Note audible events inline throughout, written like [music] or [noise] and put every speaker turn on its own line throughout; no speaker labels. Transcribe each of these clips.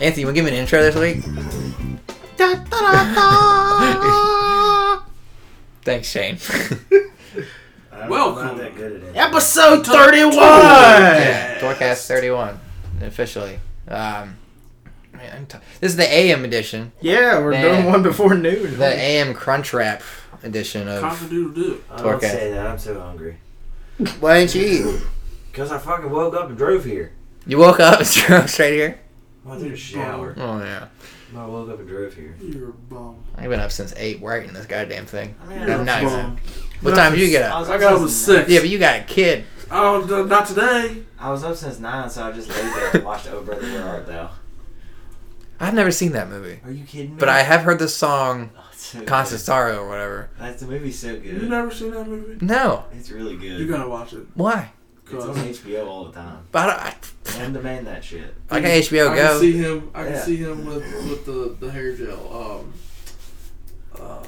Anthony, you want to give me an intro this week?
[laughs]
Thanks, Shane.
I'm
Welcome.
not that good at it.
Episode 31!
yeah, Dorcast 31, officially. Um, man, I'm t- this is the AM edition,
Yeah, we're
Man.
doing one before noon.
the AM Crunch Wrap edition of.
Cock-a-doodle-doo.
I don't
Okay.
say that. I'm so hungry.
Why didn't you eat?
Because I fucking woke up and drove here.
You woke up [laughs] and drove straight here?
I took a shower.
Oh, yeah.
I woke up and drove here.
You're a bum.
I've been up since 8 writing this goddamn thing.
I
You're a
I'm not
bum.
What time did you get up?
was
I got up at
since nine-
six.
Yeah, but you got a kid.
Oh, d- not today.
I was up since nine, so I just laid there and watched Oh Brother Where Art Thou.
I've never seen that movie.
Are you kidding me?
But I have heard the song
Oh, it's so
Constant Sorrow or whatever.
good. That's the movie's so
You
good.
never seen that movie?
No.
It's really good.
You gotta watch it.
Why?
it's on HBO all the time.
But I,
On demand that shit.
I, I got HBO
I
Go.
can see him. I can
Yeah.
see him with with the the hair gel. Um. Uh,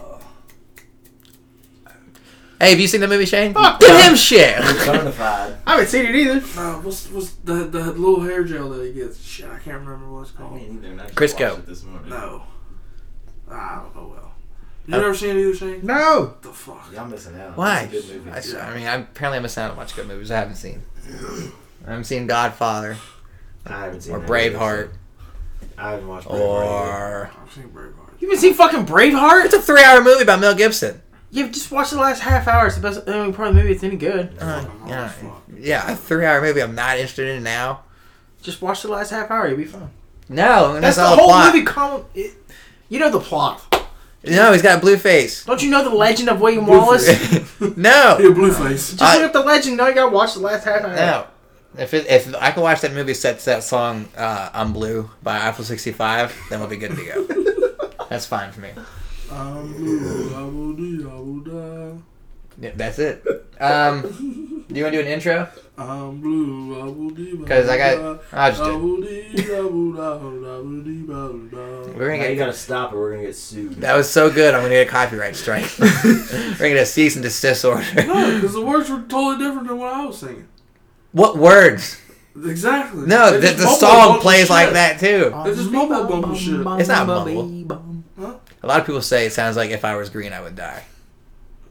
Hey, have you seen the movie Shane?
Fuck
Give
no.
him shit.
It's Bonafide.
I haven't seen it either. Nah, what's what's the the little hair gel that he gets? Shit, I can't remember what it's
I
called.
mean, either and I just
Crisco.
watched it this morning.
Oh. No. Ah, oh well. You
Oh.
never seen it either, Shane?
No.
What the fuck?
Y'all missing out.
Why?
It's a good movie.
I, s- I mean, I'm, apparently I'm missing out on a bunch of good movies I haven't seen. I haven't seen Godfather
I haven't seen
or
that movie,
Braveheart
so I haven't watched Braveheart. either.
or.
I've seen Braveheart.
You haven't seen fucking Braveheart?
It's a three-hour movie by Mel Gibson.
You've just watched the last half hour. It's the best only part of the movie that's any good.
Uh,
Fucking
yeah,
fuck.
yeah, a three-hour movie I'm not interested in now.
Just watch the last half hour. You'll be fine.
No, and that's,
That's, the
all
whole
plot.
movie. Com- it, you know the plot.
No, he's got a blue
[laughs]
face.
Don't you know the legend of William
[laughs]
Blue
Wallace?
face.
Just
no,
[laughs] Yeah, Blueface.
I-
look up the legend. Now you gotta watch the last half hour.
no. If it, if I can watch that movie set to that song uh, "I'm Blue" by Apple 65, then we'll be good to go. that's fine for me.
I'm blue, I will do, I will die.
Yeah, that's it. Um, do you want to do an intro?
I'm blue, I will do.
'Cause I
Uh,
got- I just
I
did.
will do, I will die, I will do, I will die.
We're
Now
gonna
you
get
gotta stop or we're gonna get sued.
that was so good. I'm gonna get a copyright strike. We're gonna get a cease and desist order.
No, because the words were totally different than what I was singing.
What words?
Exactly.
No,
They
the,
just
the
mumbled a bunch
song
of
plays like
shit.
that too.
It's just mumble bumble shit.
It's not
mumble.
A lot of people say it sounds like if I was green, I would die.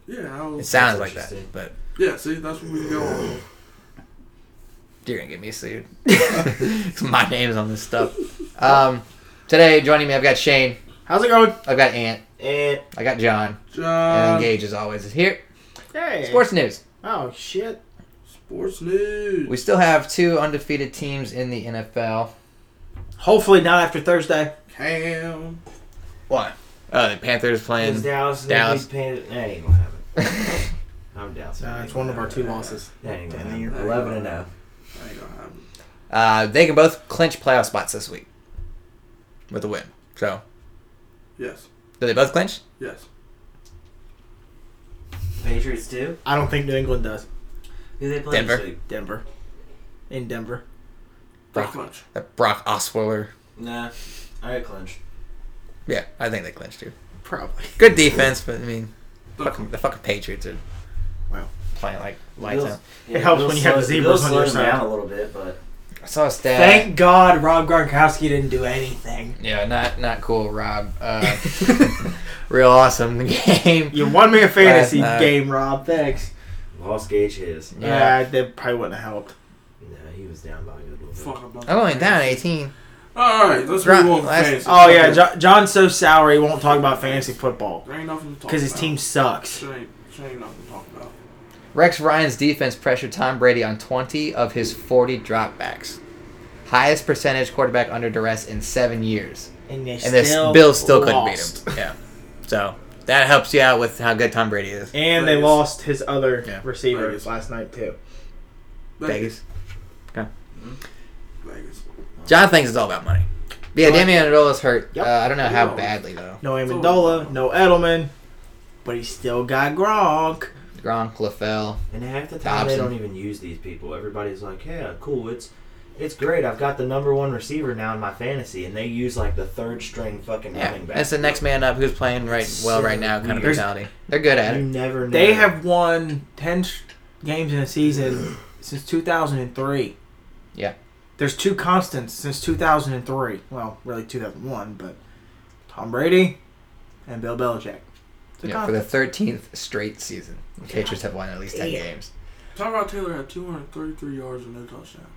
Yeah, I
It
was,
sounds like
That's
that,
interesting.
but
yeah. See, that's what we go on.
you're gonna get me sued. [laughs] 'Cause My name's on this stuff. Um, today joining me, I've got Shane,
How's it going?
I've got Ant,
And
I got John, and then
John.
Gage as always is here.
Hey.
Sports news.
Oh shit.
Sports news.
We still have two undefeated teams in the NFL.
Hopefully not after Thursday.
Cam.
What? Uh, the Panthers
Is
playing.
Dallas. and
Dallas.
He's paying, that ain't gonna happen.
[laughs]
I'm Dallas.
Uh, it's one of our two losses.
That ain't gonna
Damn,
happen.
you're-
Eleven and zero.
That ain't gonna happen.
Uh, they can both clinch playoff spots this week with a win. So,
Yes.
do they both clinch?
Yes.
Patriots too.
I don't think New England does.
Who they play?
Denver.
this week?
Denver. In Denver.
Brock,
Pretty much.
that Uh, Brock Osweiler.
Nah. I got clinched.
Yeah, I think they clinch too.
Probably.
Good defense, but I mean,
Fuck 'em.
fucking, the fucking Patriots are
Wow.
playing like lights
Bills-
out.
yeah,
It helps
Bills
when you have
slow-
the zebras
Bills
on your
slowed them
side.
down a little bit, but
I saw a stat.
Thank God Rob Gronkowski didn't do anything.
yeah, not not cool, Rob.
[laughs]
Uh, [laughs] real awesome the game.
You won me a fantasy
Last night.
game, Rob. Thanks.
lost Gage his.
Yeah.
Yeah, that probably wouldn't have helped.
No, he was down by a good little bit.
Fuck about
I'm only Oh, down 18.
All right, let's
Right,
move on. to
last-
fantasy.
Oh yeah, jo- John's so sour he won't talk about fantasy football
There ain't nothing to talk
because his
about.
team sucks.
There ain't, there ain't nothing to talk about.
Rex Ryan's defense pressured Tom Brady on 20 of his 40 dropbacks. Highest percentage quarterback under duress in seven years.
And, they
And this
still
Bills still couldn't
lost.
beat him. Yeah. So that helps you out with how good Tom Brady is.
And they
Vegas.
lost his other
Yeah.
receiver
Vegas.
last night too.
Vegas.
Vegas.
John thinks it's all about money. But yeah,
Right.
Damian Adola's hurt.
Yep.
Uh, I don't know how
Yeah.
badly though.
No
It's
Amendola,
over.
no Edelman, but he still got Gronk.
Gronk, LaFell.
And half the time
Dobson.
they don't even use these people. Everybody's like, "Yeah, cool. It's it's great. I've got the number one receiver now in my fantasy," and they use like the third string fucking
Yeah,
running back.
that's the next man up who's playing right well right now kind of
There's-
mentality. They're good at
You
it.
never. Know.
They have won ten sh- games in a season since 2003.
Yeah.
There's two constants since 2003. Well, really 2001, but Tom Brady and Bill Belichick. It's a
Yeah, for the
constant.
thirteenth straight season, the Patriots have won at least ten
Yeah.
games.
Tyrod Taylor had 233 yards and no touchdowns.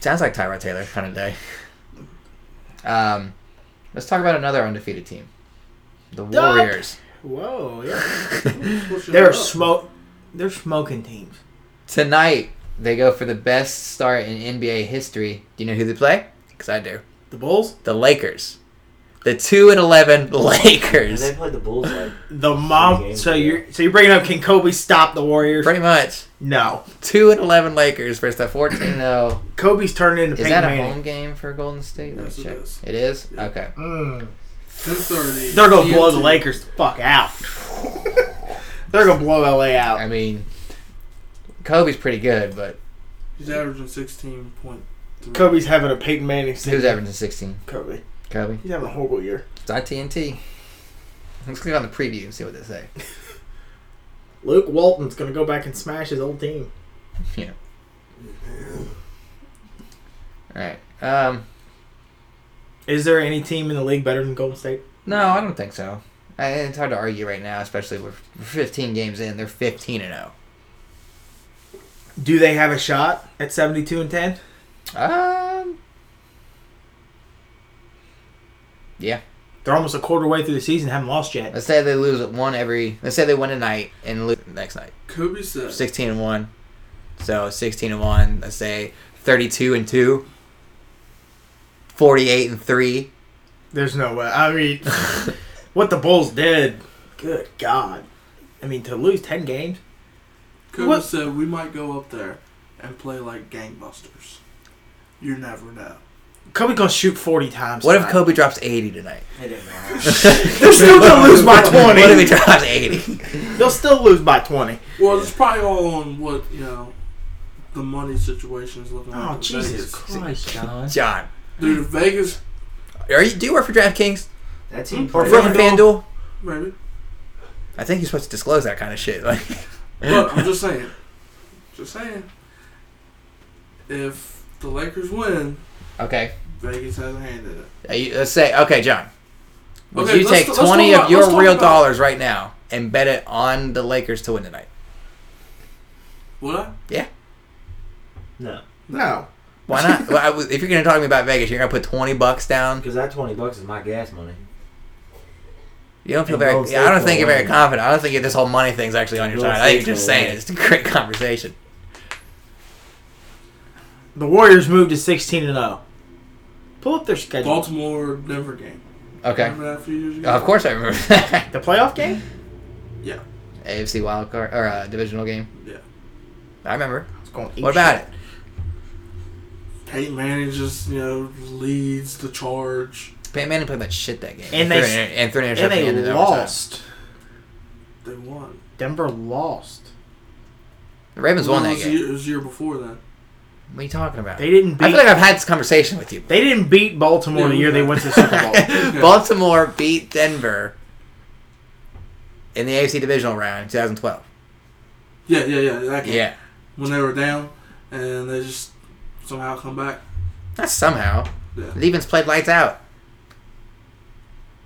Sounds like Tyrod Taylor kind of day. Um, let's talk about another undefeated team, the
Duck!
Warriors.
Whoa, yeah.
Pushing it
They're
up.
smoke. They're smoking teams.
Tonight they go for the best start in NBA history. Do you know who they play? Because I do.
The Bulls,
The Lakers, the two and eleven [laughs]
And
Lakers.
they played the Bulls like
the mom.
games,
So
yeah.
you're so you're bringing up can Kobe stop the Warriors?
Pretty much
No,
two and eleven Lakers versus the fourteen
[clears throat]
zero.
Kobe's turning into
Is
Peyton
that a
Manning.
home game for Golden State? Let me
Yes, it
check.
is.
It is.
Yeah.
Okay.
Mm.
10:30.
They're gonna blow the
TNT.
Lakers the fuck
[laughs]
out. They're gonna blow LA out.
I mean, Kobe's pretty good, but
He's averaging 16.3.
Kobe's having a Peyton Manning.
who's
season.
averaging sixteen?
Kobe.
Kobe.
He's having a horrible year.
It's on TNT. Let's click on the preview and see what they say.
Luke Walton's gonna go back and smash his old team.
All right. Um,
Is there any team in the league better than Golden State?
no, I don't think so. I, it's hard to argue right now, especially with 15 games in. They're 15 and 0.
Do they have a shot at seventy-two and ten?
Um,
They're almost a quarter way through the season, haven't lost yet.
let's say they lose one every. Let's say they win tonight and lose next night.
Kobe said.
16 and one. So 16 and one. Let's say 32 and two. 48 and three.
There's no way.
[laughs]
I mean, what the Bulls did. Good God. I mean, to lose ten games.
Kobe
What-
said we might go up there and play like gangbusters. You never know.
Kobe gonna shoot forty times.
What if
tonight.
Kobe drops 80 [laughs] tonight?
it
[laughs]
didn't matter.
They're still
[laughs]
gonna lose by twenty.
What if he drops 80?
They'll still lose by twenty.
Well, it's probably all on what you know. The money situation is looking like.
Oh
in
Jesus
Vegas.
Christ,
[laughs]
John.
John,
dude! Vegas,
are you? Do you work for DraftKings
That team
Hmm. or
played.
for
Yeah.
FanDuel?
maybe.
I think you're supposed to disclose that kind of shit. Like,
But I'm just saying, just saying. If the Lakers win,
okay,
Vegas has a hand in it.
Uh, you- let's say okay, John. Would
Okay,
you
let's-
take
let's
20 of
talk about-
your
let's talk
real
about-
dollars right now and bet it on the Lakers to win tonight?
Would I?
No,
No.
Why
[laughs]
not? Well, I would- if you're going to talk to me about Vegas, you're going to put 20 bucks down.
because that twenty bucks is my gas money.
You don't feel
And
very.
Golden
I don't
State's
think you're
gonna
very
win.
confident. I don't think this whole money thing's actually on your
Golden
side. I think
State's
you're just
gonna
saying
win.
it's a great conversation.
The Warriors moved to sixteen and zero. Pull up their schedule.
Baltimore Denver game.
Okay.
Remember that a few years ago?
Of course, I remember [laughs] that.
The playoff game?
Yeah,
AFC wild card or uh, divisional game.
yeah.
I remember.
It's going
What about it?
Peyton Manning just you know leads the charge.
Peyton Manning played that shit that game.
And they-
threw an- and threw an
And
interception
they
in the overtime.
lost.
They won.
Denver lost.
The Ravens won
Well,
that
it was
game.
the year- it was the year before then.
What are you talking about?
They didn't beat.
I feel like I've had this conversation with you.
they didn't beat Baltimore the year they went to the Super
[laughs]
Bowl.
Baltimore beat Denver in the AFC divisional round in 2012.
Yeah, yeah, yeah. That game.
Yeah,
When they were down, and they just somehow come back.
that's somehow.
Yeah.
The defense played lights out,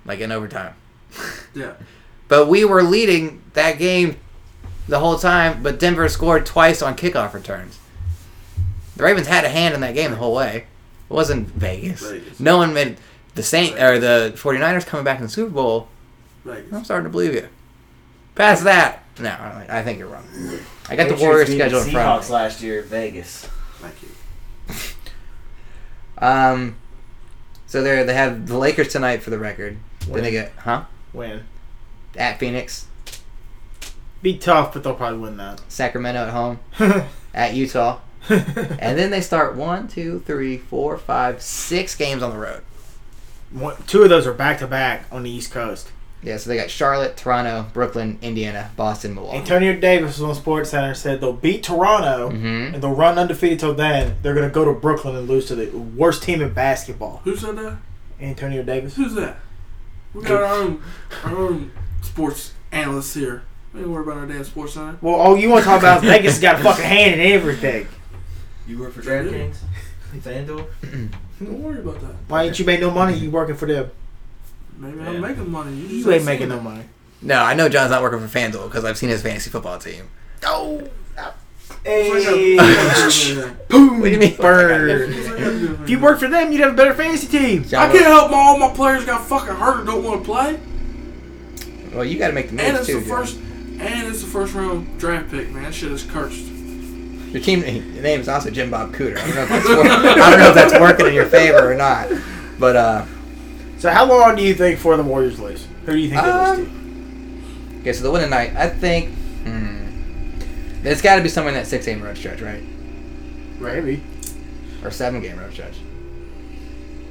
like in overtime.
Yeah.
But we were leading that game the whole time. But Denver scored twice on kickoff returns. The Ravens had a hand in that game the whole way. It wasn't Vegas.
Vegas.
No one made the Saint or the 49ers coming back in the Super Bowl. I'm
Vegas.
starting to believe you. Past that, no, I I think you're wrong. I got the
Patriots
Warriors
beat
schedule
the
in front
Seahawks
of me.
last year, at Vegas.
Thank you.
Um, so they are they have the Lakers tonight for the record. Then
Win.
they get huh
[laughs] Win.
at Phoenix,
Be tough, but they'll probably win that.
Sacramento at home, at Utah, and then they start one, two, three, four, five, six games on the road.
One- Two of those are back to back on the East Coast.
Yeah, so they got Charlotte, Toronto, Brooklyn, Indiana, Boston, Milwaukee.
Antonio Davis was on Sports Center said they'll beat Toronto
Mm-hmm.
and they'll run undefeated till then. They're gonna go to Brooklyn and lose to the worst team in basketball.
Who said that?
Antonio Davis.
Who's that? We got our own, our own sports analyst here. We ain't worried about our damn sports center.
Well, all you want to talk
[laughs]
about is Vegas got a fucking hand in everything.
You work for DraftKings, FanDuel.
Don't worry about that.
Why ain't you made no money? You working for them?
Maybe
Yeah.
I'm making money. You, just
You ain't making no money.
No, I know John's not working for FanDuel because I've seen his fantasy football team.
Oh,
Hey. [laughs]
[laughs]
boom!
What do you mean?
Burn. If you worked for them, you'd have a better fantasy team.
John,
I can't help my, all my players got fucking hurt or don't want to play.
Well, you got to make the
And
moves
it's
too.
the first and it's the first round draft pick, man. That shit is cursed.
John. Your team your name is also Jim Bob Cooter. I don't know if that's, wor- I don't know if that's working in your favor or not. But uh,
So how long do you think for the Warriors lose? Who do you think they lose
Um,
to?
okay, so the win tonight, I think. Hmm, it's got to be somewhere in that six-game road stretch, right?
Maybe.
Or seven-game road stretch.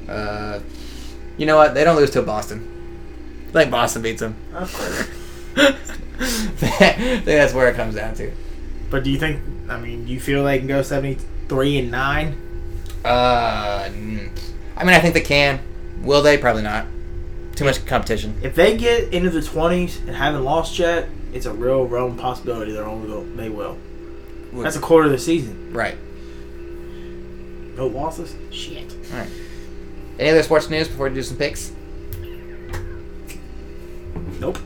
Uh, you know what? They don't lose to Boston. I think Boston beats [laughs] them.
Of course.
I think that's where it comes down to.
But do you think? I mean, do you feel they can go seventy-three and nine?
Uh, mm, I mean, I think they can. Will they? Probably not. Too much competition.
If they get into the twenties and haven't lost yet, it's a real realm possibility they're only go- they will. That's a quarter of the season.
right.
No losses. Shit.
Any other sports news before we do some picks?
Nope.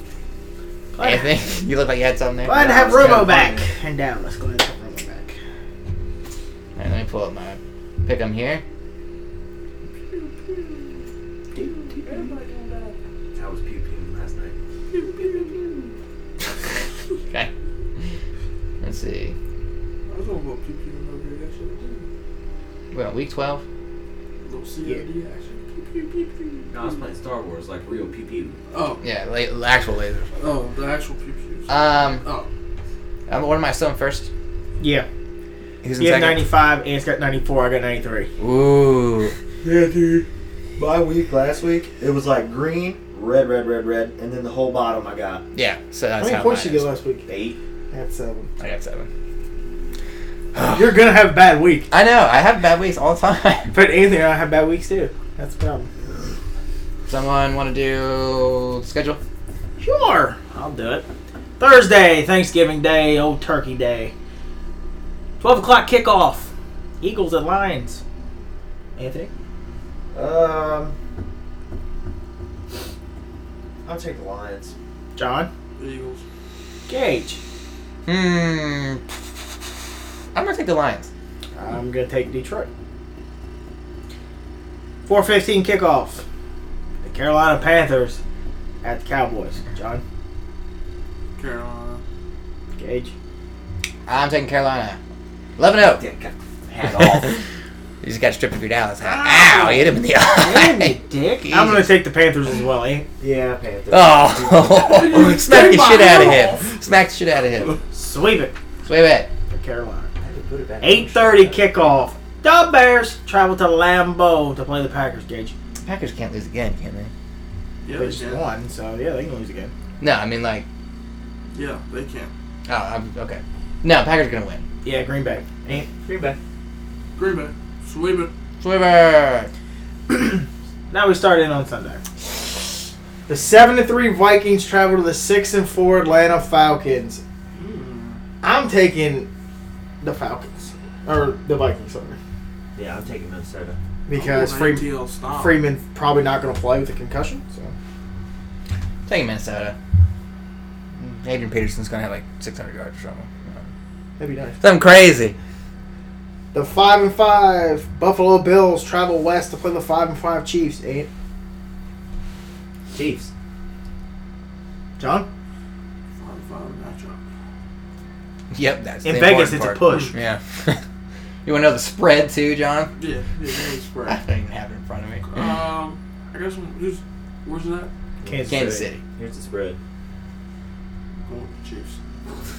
Glad,
Anything? [laughs] you look like you had something there.
glad to
No,
have
I was kinda
Romo back
pointing.
and Dallas. Glad to have Romo back.
All right, let me pull up my pick 'em
[laughs]
here.
That was pew pew last night.
Okay. Let's see.
I was gonna go pew pew and over here. That shit was
We're on week 12.
a little CRD action. Pew, pew, pew, pew.
No, I was playing Star Wars like real pew pew.
Oh,
Yeah, la- la- actual lasers.
oh, the actual pew pews.
Uh,
Um,
oh,
I'm, what am I still in first?
Yeah.
Who's in
He had
second?
ninety-five, and it's got ninety-four. I got ninety-three.
Ooh.
yeah, dude.
My week last week, it was like green, red, red, red, red, and then the whole bottom I got
Yeah, so that's how mine is.
last week?
eight.
I had seven.
I got seven.
You're gonna have a bad week.
I know. I have bad weeks all the time. [laughs]
But anything, I have bad weeks too. That's the problem.
Someone want to do schedule?
Sure, I'll do it. Thursday, Thanksgiving Day, Old Turkey Day. Twelve o'clock kickoff. Eagles at Lions. Anthony,
Um, I'll take the Lions.
John,
The Eagles.
Gage.
Hmm. I'm gonna take the Lions.
I'm gonna take Detroit. Four fifteen kickoff. The Carolina Panthers at the Cowboys. John,
Carolina.
Gage.
I'm taking Carolina. oh. 11 0.
Dick
[laughs]
hat off.
You just Oh. got stripped of your Dallas hat. Ow! Hit him in the
Damn you,
eye.
dick. [laughs] I'm gonna take the Panthers as well. Eh?
[laughs] yeah, Panthers.
[laughs]
[laughs]
Oh! Smack the
Take
shit
my
out of
hat
him. Smack the shit out of him.
Sweep it
So wait a minute.
for Carolina.
I had to put it back.
8:30 kickoff. The Bears travel to Lambeau to play the Packers. Gage.
Packers can't lose again, can they?
Yeah,
They
they
just
can.
won, so yeah, they can lose again.
No, I mean, like.
Yeah, they can.
Oh, I'm, okay. No, Packers gonna win.
Yeah, Green Bay. And
Green Bay.
Green Bay. Sweep it.
Swiver!
now we start in on Sunday. The seven and three Vikings travel to the six and four Atlanta Falcons. I'm taking the Falcons or the Vikings, sorry,
Yeah, I'm taking Minnesota.
because
I'm
Freeman
going ATL style.
Freeman probably not going to play with a concussion. So
Taking Minnesota. Adrian Peterson's gonna have like 600 yards or something.
that'd be nice.
Something crazy.
The five and five Buffalo Bills travel west to play the five and five Chiefs. Ain't
Chiefs.
John
Five, five matchup.
Yep, that's
in
the
Vegas,
important
it's a
part.
push.
Yeah. [laughs] you want to know the spread too, John?
Yeah, yeah, they
I
[laughs]
spread.
don't even have it in front of me.
Uh.
Um, I guess I'm, who's, where's that?
Kansas
Kansas City.
Here's the spread.
Going with the Chiefs.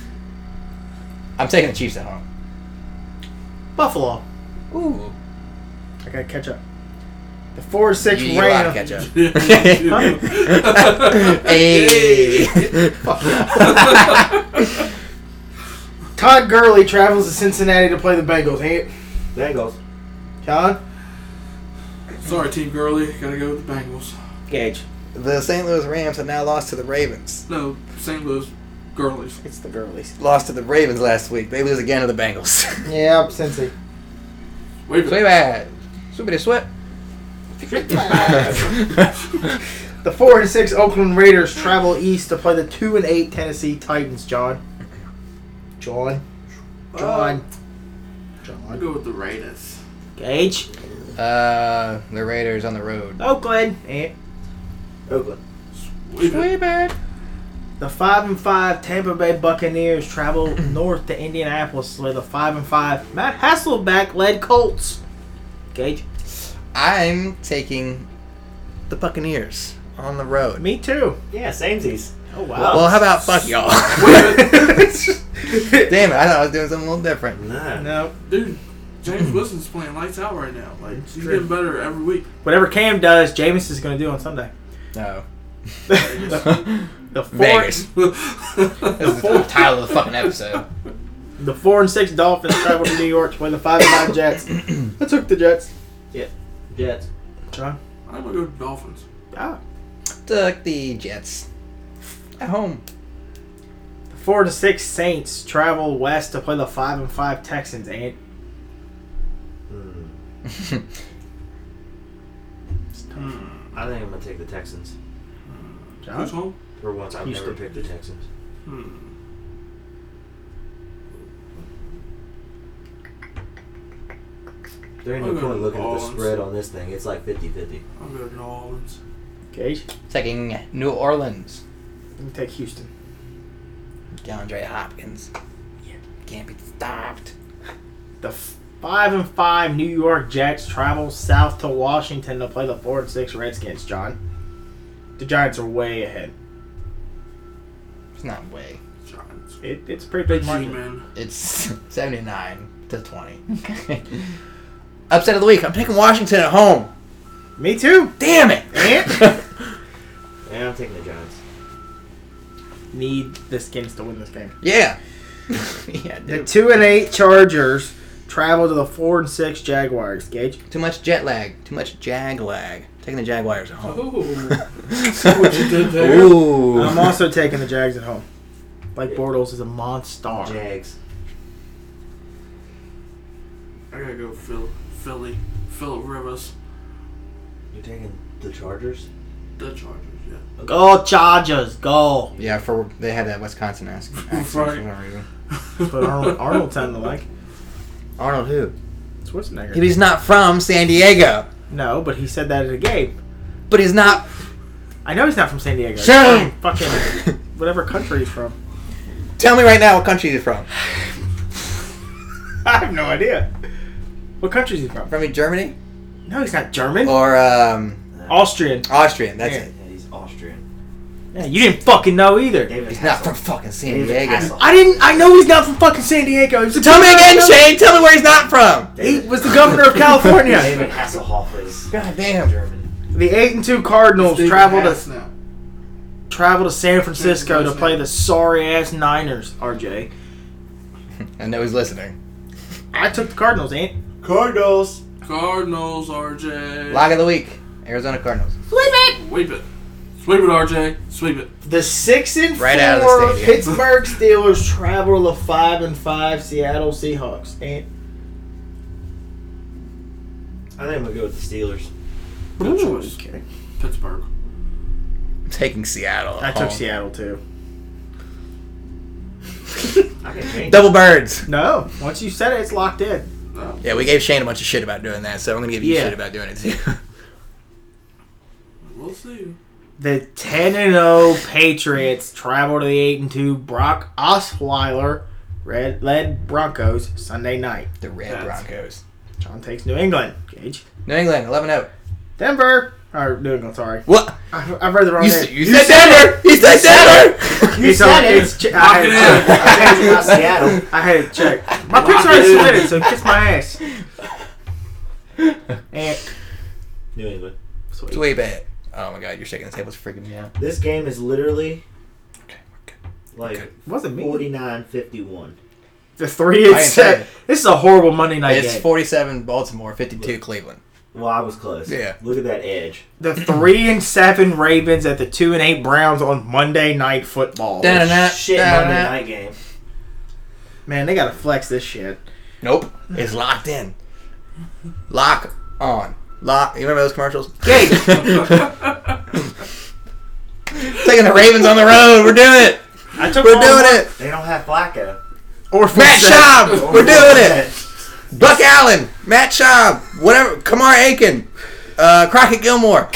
I'm taking the Chiefs at home.
Buffalo.
Ooh.
I gotta catch up. The four and six
you, you
Rams.
lot catch
[laughs]
up. [laughs]
Hey.
hey.
Todd Gurley travels to Cincinnati to play the Bengals. Hey,
Bengals.
John.
[laughs] Sorry, Team Gurley. Gotta go with the Bengals.
Gage.
the St. Louis Rams have now lost to the Ravens.
No, St. Louis girlies.
It's the girlies.
Lost to the Ravens last week. They lose again to the [laughs] Bengals.
Yep, Cincy.
Wait a
Sweet
minute.
bad. Sweet [laughs] sweat.
[laughs] The four and six Oakland Raiders travel east to play the two and eight Tennessee Titans. John. John. John.
I
John.
go with the Raiders.
Gage.
uh, the Raiders on the road.
Oakland. Eh.
Oakland.
Wait a minute.
bad.
The five and five Tampa Bay Buccaneers travel
[clears throat]
north to Indianapolis to play the five and five Matt Hasselback led Colts. Gage.
I'm taking the Buccaneers on the road.
Me too.
Yeah, samesies.
Oh wow.
Well, how about fuck [laughs] y'all? Damn it! I thought I was doing something a little different.
No.
no.
Dude, James Wilson's playing lights out right now. Like he's
Hmm. True.
getting better every week. [laughs]
Whatever Cam does, Jameis is going to do on [laughs] Sunday.
[laughs] No.
the, the four,
Vegas.
That's
This is the title of the fucking [laughs] episode.
The four and six Dolphins travel to New York to play the five and
[clears throat]
five Jets. I took the Jets.
Jets.
John.
I'm gonna go to Dolphins.
Ah.
Took the Jets at home.
The four to six Saints travel west to play the five and five Texans.
[laughs]
And
Hmm. I think I'm gonna take the Texans.
Who's home?
For once, I've
Houston.
never picked the Texans.
Hmm.
There ain't
I'm
no
gonna
point looking at the
Orleans.
spread on this thing. It's like 50-50.
I'll go to New Orleans.
Gage.
Taking New Orleans.
Let me take Houston.
DeAndre Hopkins. Can't be stopped.
The f- five and five New York Jets travel south to Washington to play the four and six Redskins. John. The Giants are way ahead.
It's not way.
Giants.
It, it's a pretty big
Big G
margin.
man.
It's [laughs] 79 to 20. [laughs] Upset of the week. I'm taking Washington at home.
Me too.
Damn it.
And
Yeah, I'm taking the Giants.
need the Skins to win this game.
[laughs] yeah. [laughs] yeah,
The
dude.
two and eight Chargers travel to the four and six Jaguars. Gage.
Too much jet lag. Too much jag lag. Taking the Jaguars at home. [laughs]
Oh, see what you did there?
Ooh.
I'm also taking the Jags at home. Blake Bortles is a monster.
Jags.
I gotta go Phil, Philly, Philip Rivers,
You're taking the Chargers?
the Chargers. Yeah.
Go Chargers, go!
yeah, for they had that Wisconsin ass. accent for
Right.
some reason.
But
[laughs]
Arnold, Arnold sounded like
Arnold who?
Schwarzenegger.
He's not from San Diego,
no, but he said that at a game.
but he's not.
I know he's not from San Diego.
Shut him!
Fucking whatever country he's from.
Tell me right now what country he's from.
[laughs] I have no idea. What country is he from?
From Germany
No, he's not German.
or um,
Austrian.
Austrian? That's
Yeah.
it.
Yeah, he's Austrian.
Yeah, you didn't fucking know either.
David
He's not from
Hasselhoff.
fucking San
David
Diego.
Hasselhoff.
I didn't. I know he's not from fucking San Diego. He's a-
Tell me again, Shane. Tell me where he's not from.
He was the governor
[laughs]
of California.
David Hasselhoff is
God damn.
German.
the eight and two Cardinals
David
travel to
Hass now.
travel to San Francisco to play the sorry ass Niners. RJ,
I know he's listening.
I took the Cardinals, ain't?
Cardinals.
Cardinals, RJ.
Log of the week: Arizona Cardinals.
Sweep it. Sweep it, RJ. Sweep it.
The six and
Right
four
out of the stadium.
Pittsburgh Steelers travel to five and five Seattle Seahawks. Ain't?
I think I'm gonna go with the Steelers.
Good choice.
Okay.
Pittsburgh.
I'm taking Seattle. at
I took
home.
Seattle too.
[laughs] I can change.
Double birds.
[laughs] No, once you said it, it's locked in.
No.
Yeah, we gave Shane a bunch of shit about doing that, so I'm gonna give you
Yeah.
shit about doing it too.
We'll see.
The ten and zero Patriots travel to the eight and two Brock Osweiler Red Led Broncos Sunday night.
the Red
That's-
Broncos.
John takes New England. Gage.
New England, oh. 11-0.
Denver. Or New England. Sorry,
What?
I, I've read the wrong
You,
name.
s- you said Denver. He said Denver.
You
said it.
It's, che- I, had,
it in.
I had-
Not [laughs] Seattle.
I had it checked. My picture
it
already
in.
submitted, so kiss my ass.
[laughs]
And
New England.
It's way bad. Oh my god, you're shaking the table. It's freaking me out.
This game is literally
Okay, we're good.
like
Okay.
wasn't me.
49-51.
The three
I
and
ain't
set.
saying.
This is a horrible Monday night
It's
game.
47 Baltimore, 52 Cleveland.
Well, I was close.
Yeah.
Look at that edge.
The three and seven Ravens at the two and eight Browns on Monday Night Football.
Da- Da-da-da,
Shit, Monday
da-da-da.
night game.
Man, they gotta flex this shit.
Nope. It's locked in. Lock on. Lock. You remember those [laughs] commercials? Gate. Taking the Ravens on the road. We're doing it.
I took
We're
all
doing
my-
it.
They don't have Flacco.
Or for
Matt
sec-
Schaub. We're doing it. Buck Allen. Matt Schaub. Whatever. Kamar Aiken. Uh, Crockett Gilmore.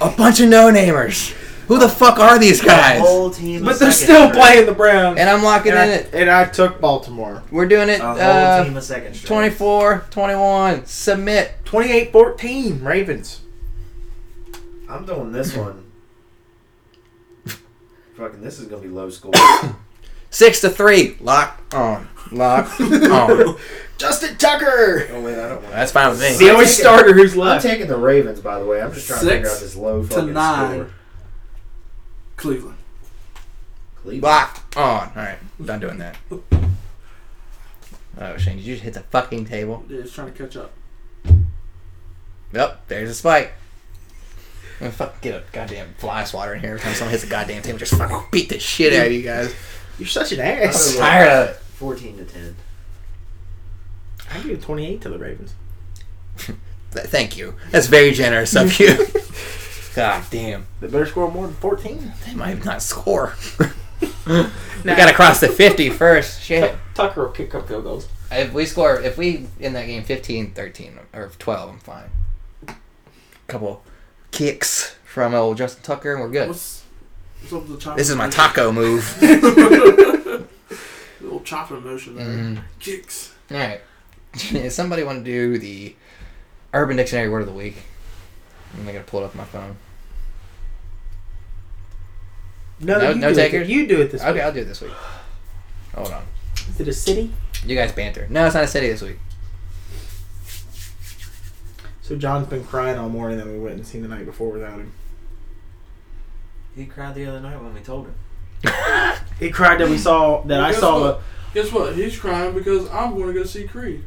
A bunch of no-namers. Who the fuck are these
That
guys?
whole team
But
of
they're
second
still
string.
playing the Browns.
And I'm locking
And I,
in it.
and I took Baltimore.
We're doing it.
A whole
Uh,
team of second string.
24, 21. Submit.
28-14 Ravens.
I'm doing this one. Fucking, this is gonna be low score. [coughs] Oh,
Six to three. Lock on. [laughs] Lock on.
Justin Tucker.
oh wait, I don't want.
That's fine with me.
The only starter who's
I'm
left.
taking the Ravens, by the way. I'm just trying to figure
Six
out this low
to
fucking
nine.
score.
Cleveland.
Cleveland.
Locked on. All right, I'm done doing that. Oh, Shane, did you just hit the fucking table?
Yeah, it's trying to catch up.
Yep, there's a spike. I'm gonna fuck get a goddamn fly swatter in here every time someone hits a goddamn table. Just fucking beat the shit out of you guys.
You're such an ass.
Otherwise-
Tired of it.
14 to 10.
I gave 28 to the Ravens.
Th- Thank you. That's very generous of [laughs] you. God damn.
They better score more than 14.
They might not score. we gotta cross the 50 first. Shit.
Tucker will kick up field goals.
If we score, if we in that game 15, 13, or 12, I'm fine. couple kicks from old Justin Tucker, and we're good.
What's, what's up with the chopping?
This is my
motion?
taco move.
The little chopping motion there.
Mm.
Kicks.
All right. [laughs] Somebody want to do the Urban Dictionary word of the week? I'm gonna pull it up on my phone.
No,
No-
you
no
do
takers?
It. You do it this
Okay, I'll do it this week. Hold on.
week. To the city.
You guys banter. No, it's not a city this week.
So John's been crying all morning that we went and seen the night before without him.
He cried the other night when we told him.
He cried that we saw that I
Guess
saw.
what?
A,
Guess what? He's crying because I'm going to go see Creed.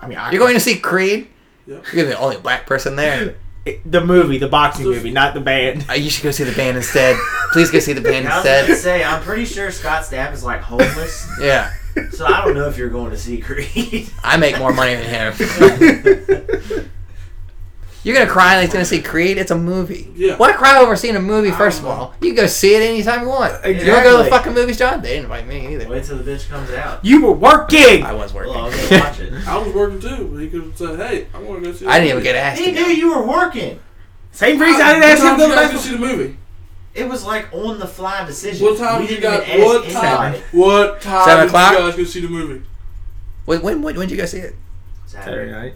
I mean, I,
You're going to see Creed.
Yep.
You're the only black person
[laughs]
there.
It- the movie, the boxing movie, not the band. [laughs]
Uh, you should go see the band instead. Please go see the band
I was gonna
instead.
say, I'm pretty sure Scott Stapp is like homeless,
Yeah,
so I don't know if you're going to see [laughs] Creed.
I make more money than him. [laughs] You're gonna cry like he's gonna see Creed. It's a movie.
Yeah.
Why cry over seeing a movie?
I
First of
don't know.
all, you can go see it anytime you want.
Exactly.
You want to go to the fucking movies, John? They didn't invite me either.
Wait till the bitch comes out.
You were working.
I was working.
Well, I was gonna watch it.
I was working too, but he could have said, hey, I'm going to go
[laughs]
see
I didn't even
Creed.
get asked.
He
To
knew
go.
you were working.
Same reason I didn't
What
ask
time
him the
did you guys go
last.
see the movie.
It was like on the fly decision.
What time
We
you
didn't
got?
even ask
What time?
anybody.
What time
Seven
did
o'clock?
you guys go see the movie?
When, when, when did you go see it?
Saturday night.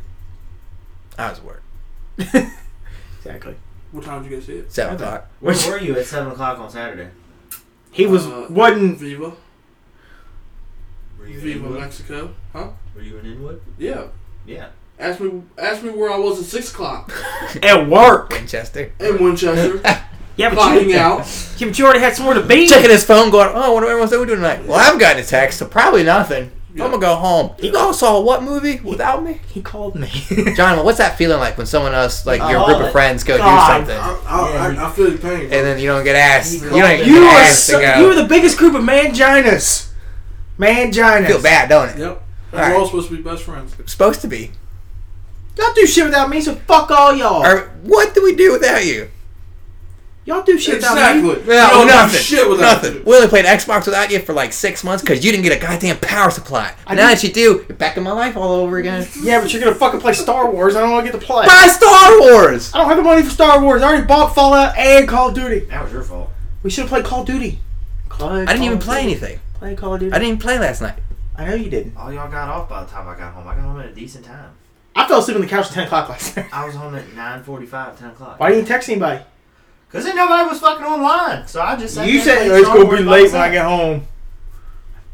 I was at [laughs] work.
Exactly.
What time did you guys see it?
Seven o'clock.
Where
Which-
were you at seven o'clock on Saturday?
He was
Uh,
wasn't.
Viva.
Were you in
Viva
Inwood?
Mexico. Huh?
Were you in Inwood?
Yeah.
Yeah.
Ask me ask me where I was at six o'clock
at work.
Winchester.
in Winchester.
Yeah, but you,
clocking out.
yeah, but you already had somewhere to be.
Checking his phone, going, "Oh, what everyone's doing tonight?" Well, I haven't gotten a text, so probably nothing. I'm gonna go home. You all saw what movie without [laughs] me?
He called me.
John, what's that feeling like when someone else, like your
Oh,
group of friends, go
God.
do
I,
something,
I, I, I feel your pain.
and then you don't get asked?
He
You
called
don't
it.
get
[laughs] you are
asked
so,
to go.
you are the biggest group of manginas. Manginas.
feel bad, don't it?
Yep. And
Alright.
We're all supposed to be best friends.
Supposed to be.
Y'all do shit without me, so fuck all y'all.
Or what do we do without you?
Y'all do shit without me.
Exactly.
No,
you don't
nothing.
Do shit without
nothing.
You.
We only played Xbox without you for like six months because you didn't get a goddamn power supply. now that you do, you're back in my life all over again.
Yeah, but you're gonna fucking play Star Wars. I don't want to get to
[laughs]
play.
Buy Star Wars.
I don't have the money for Star Wars. I already bought Fallout and Call of Duty.
That was your fault.
We should have played Call of Duty. Play
I didn't even
Call of
play
Duty.
anything.
Play Call of Duty.
I didn't even play last night.
I know you didn't.
All y'all got off by the time I got home. I got home at a decent time.
I fell asleep on the couch at 10 o'clock last night.
I was home at 9.45, 10
[laughs]
o'clock.
Why didn't you text anybody?
Because then nobody was fucking online. So I just sat
you
there
said
playing
"Oh, it's
Star
gonna
Wars
be
by
late when
myself.
I get home.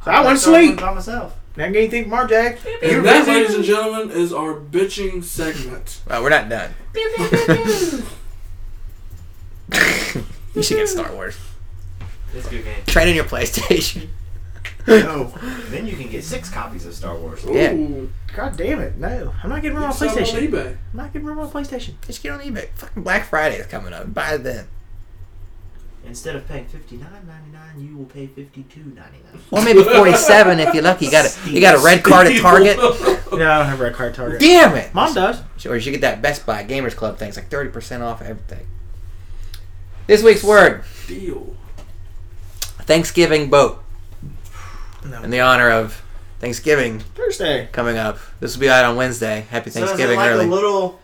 So I
played
went to
Star Wars
sleep.
by myanyself.
Now get anything from Jack.
And that, ladies and gentlemen, is our bitching segment.
Well, we're not
[laughs]
done. you should get Star Wars.
It's a good game.
Trade in your PlayStation. [laughs]
No.
Then you can get six copies of Star Wars.
Yeah.
Ooh,
God damn it. No. I'm not getting rid
you
of my
sell it on
Oh, PlayStation.
eBay.
I'm not getting rid of my PlayStation.
Just get on eBay. Fucking Black Friday is coming up. Buy it then.
Instead of paying fifty nine ninety nine, you will pay fifty two ninety nine.
Well, maybe forty-seven if you're lucky. You got a you got a red card at Target.
No, I don't have red card target.
Damn it!
[laughs] Mom does.
Or you should get that Best Buy Gamers Club thing. It's like thirty percent off everything. This week's word:
Deal.
Thanksgiving boat.
No.
In the honor of Thanksgiving
Thursday.
coming up, this will be out on Wednesday. Happy Thanksgiving
so is it like
early.
a little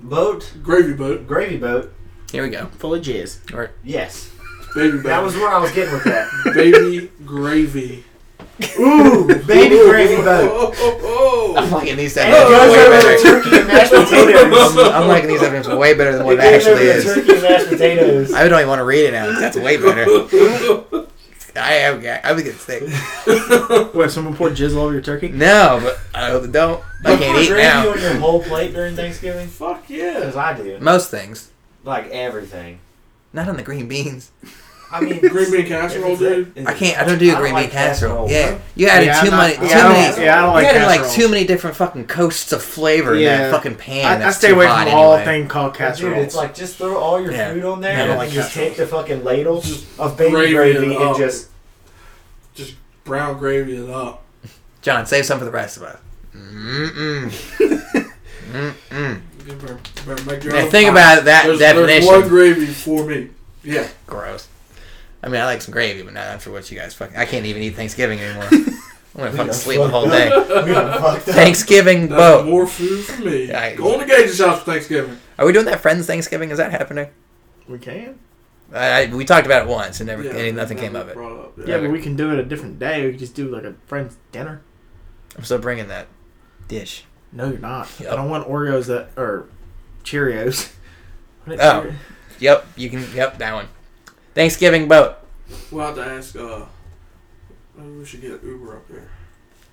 boat,
Gravy boat.
gravy boat.
Here we go.
Full of jizz.
Or
Yes,
Baby boat.
that was where I was getting with that.
baby gravy.
Ooh, baby gravy boat.
[laughs] Oh, oh,
I'm liking these
And it
episodes
goes
way
over the
better.
turkey and mashed potatoes.
I'm liking these episodes way better than
It
what it
goes over
actually
the
is.
Turkey and mashed
[laughs]
potatoes.
I don't even want to read it now. 'cause That's way better.
oh.
I am. I would get sick.
What, someone poured jizz all over your turkey?
No, but I hope it don't. I
You
can't
put
eat
gravy
now.
on your whole plate during Thanksgiving?
Fuck
Because
yeah.
I do.
Most things,
Like everything.
not on the green beans.
I mean,
Green bean casserole, dude.
I can't. I don't do a green bean
like
casserole.
casserole.
Yeah, you added
Yeah, I'm
too
not-
many. Too
yeah, I don't-
many.
yeah, I don't
you
like
added like
casseroles.
too many different fucking coasts of flavor in
Yeah.
that fucking pan.
I, I
that's
stay
too
away
hot
from all
anyway.
thing called
Dude,
casseroles.
it's like just throw all your
Yeah.
food on there
Yeah, I
and
don't
like
just
casserole.
take the fucking ladle of baby
Gravy
gravy,
and-
and
oh. [laughs]
just [laughs]
Just brown gravy it up.
John, save some for the rest of us. Mm-mm. Mm-mm.
You better- better make your
Now
own
think
pie.
about that
There's- there's
definition.
one gravy for me.
[laughs]
Yeah.
Gross. I mean, I like some gravy, but not after what you guys fucking. I can't even eat Thanksgiving
[laughs]
anymore. I'm gonna fucking
done
sleep the
fucked
whole
up.
day.
we done fucked up.
Thanksgiving
That's
boat.
more food for me.
Yeah, I-
Go on to Gage's house for Thanksgiving.
Are we doing that Friends Thanksgiving? Is that happening?
we can.
I, I, we talked about it once, and never,
Yeah,
and nothing
that
came
was
of it.
brought up,
Yeah, but we can do it a different day. We can just do like a friend's dinner.
I'm still bringing that dish.
No, you're not.
Yep.
I don't want Oreos that or Cheerios. [laughs] What is
Oh.
Cheeri-
Yep, you can. Yep, that one. Thanksgiving boat.
We'll have to ask, uh, maybe we should get Uber up there.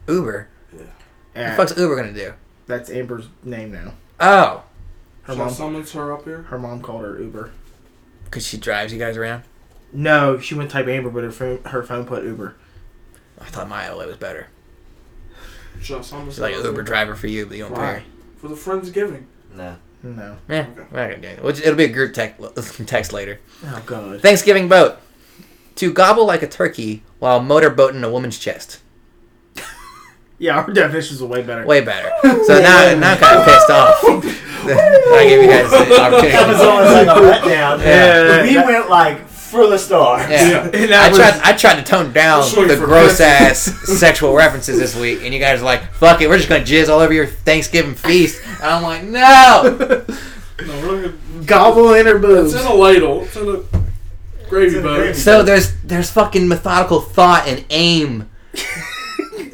Uber. What the
Alright,
fuck's Uber gonna do?
that's Amber's name now.
Oh,
Her
Should I
mom,
summons her up here?
her mom called her Uber.
because she drives you guys around.
No, she went type Amber, but her phone, her phone put Uber.
I thought my LA was better.
Should I summons
She's like
her
an
up
Uber
here?
driver for you, but you don't
Why?
care.
For the Friendsgiving.
No.
No.
Yeah, we're not gonna do it. We'll ju- it'll be a group tec- text [laughs] later.
Oh God.
Thanksgiving boat. To gobble like a turkey while motorboating a woman's chest.
Yeah, our [laughs] definitions are way better.
Way better. So now, now I'm kind of pissed off. [laughs] I gave you guys the
That was
opportunity.
almost like a letdown.
Yeah.
We went like for the stars.
Yeah.
[laughs] And that
I
was-
tried, I tried to tone down
Sorry
the
for
gross ass sexual references this week, and you guys are like, fuck it, we're just gonna jizz all over your Thanksgiving feast. And I'm like, no!
[laughs]
No, we're not
Gobble in her
gonna,
boobs.
it's in a ladle. It's in a gravy
in a
boat.
gravy-
So there's there's fucking methodical thought and
[laughs]
aim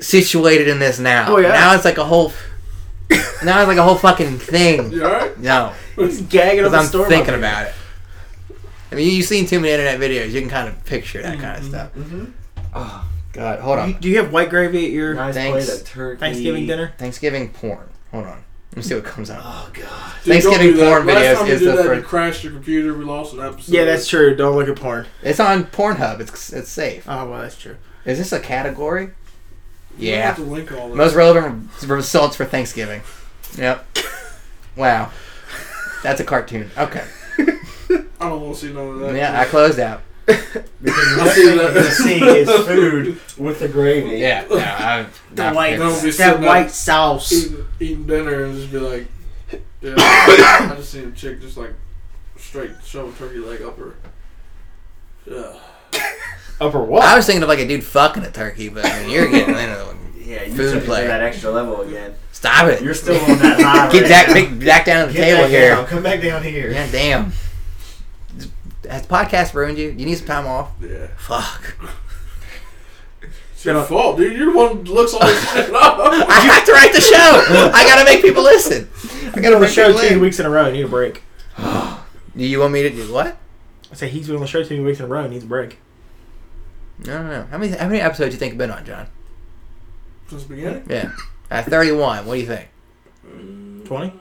situated in this now.
Oh, yeah.
Now it's like a whole now it's like a whole fucking thing.
You alright?
No.
He's gagging on the
Because
store.
I'm thinking about it. I mean, you- you've seen too many internet videos. You can kind of picture that kind
Mm-hmm.
of stuff.
Mhm.
Oh, God. Hold
You, do you have white gravy at your
Nice
Thanks.
plate of turkey.
Thanksgiving
[laughs]
dinner?
Thanksgiving porn. Hold on. Let me see what comes up.
Oh god.
Dude, don't
Thanksgiving
do that.
porn
Last
videos
time you
is
did
the
that, you
first-
crashed your computer. We lost an episode.
Yeah, that's true. Don't look at porn.
It's on Pornhub. It's it's safe.
Oh well, that's true.
Is this a category?
You don't have
Yeah.
to link all that.
Most relevant results for Thanksgiving. Yep. Wow. That's a cartoon. Okay.
I don't want to see none of that.
Yeah, I closed out.
Because
I
what
see
you're
that.
gonna see is food with the gravy.
Yeah. No,
[laughs]
I'm
The
not
white,
prepared.
No, we
that
said no.
white sauce.
eating, eating dinner and just be like, [coughs] yeah, I just seen a chick just like straight shove a turkey leg up her. Yeah.
Upper
I
what?
was thinking of like a dude fucking a turkey, but I mean, you're getting into one.
Yeah, you
Food
took it to
plate.
that extra level again.
Stop it. [laughs]
You're still on that high.
Get
right
back,
now.
big, back down to the
Get
table
back
here.
down. Come back down here.
Yeah, damn. Has the podcast ruined you? You need some time off.
Yeah.
Fuck.
It's your fault, dude. You're the one that looks all this shit up. [laughs]
I have to write the show. I gotta make people listen. I
Been
gotta
on the
make
show
people
two
in.
weeks in a row. I need a break.
Do you want me to do what?
I say he's been on the show two weeks in a row. Needs a break.
I don't know. How many how many episodes do you think have been on, John?
Since the beginning?
Yeah. [laughs] At thirty one, what do you think?
Twenty.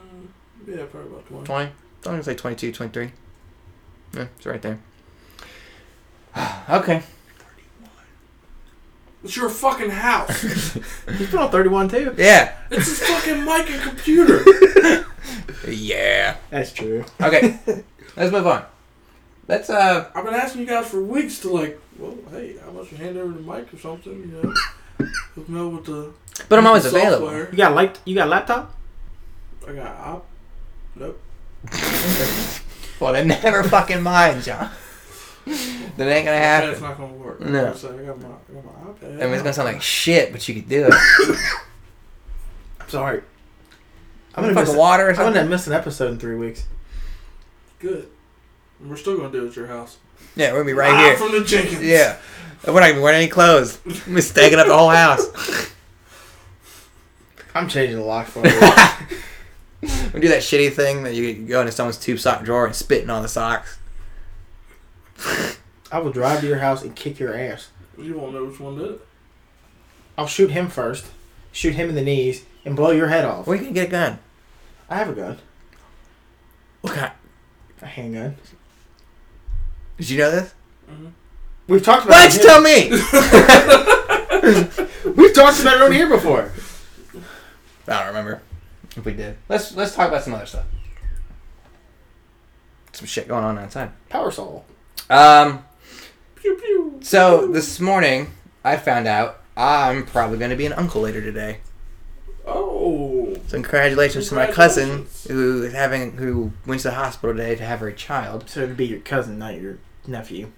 Yeah, probably about 20.
Twenty? I'm gonna say 22, 23. [sighs] Yeah, it's right there. okay.
It's your fucking house.
He's been on 31 too.
[laughs] Yeah.
It's his fucking mic and
[laughs]
computer.
Yeah.
That's true.
Okay. [laughs] Let's move on. Let's uh
I've been asking you guys for weeks to like, well, hey, how about you hand over the mic or something? You know, hook me up with the.
but I'm always
software.
available.
You got like you got a laptop?
I got op. Nope.
Well then never fucking mind, John. that ain't gonna
That's
happen.
not gonna work.
No.
So I got my, I got my iPad.
I mean it's gonna sound like shit, but you could do it.
I'm sorry.
I'm
I'm
gonna
gonna miss.
fucking
I'm
water or
gonna
something.
miss an episode in three weeks.
good. And we're still gonna do it at your house.
Yeah, we're gonna be
Live
right [laughs] here.
from the Jenkins.
Yeah. We're not even wearing any clothes. We're staking up the whole house.
I'm changing the locks. [laughs] for it.
We do that shitty thing that you go into someone's tube sock drawer and spitting on the socks.
I will drive to your house and kick your ass.
You won't know which one did it.
I'll shoot him first, shoot him in the knees, and blow your head off.
Where you can get a gun?
I have a gun,
What kind?
a handgun.
Did you know this?
We've talked about.
Why'd
it
you
here-
tell me?
We've talked about it on here before.
I don't remember if we did. Let's let's talk about some other stuff. Some shit going on outside.
Power Soul.
Um.
Pew pew.
So this morning, I found out I'm probably going to be an uncle later today.
Oh.
So congratulations, to my cousin
Congratulations.
who is having who went to the hospital today to have her child.
So it'd be your cousin, not your nephew.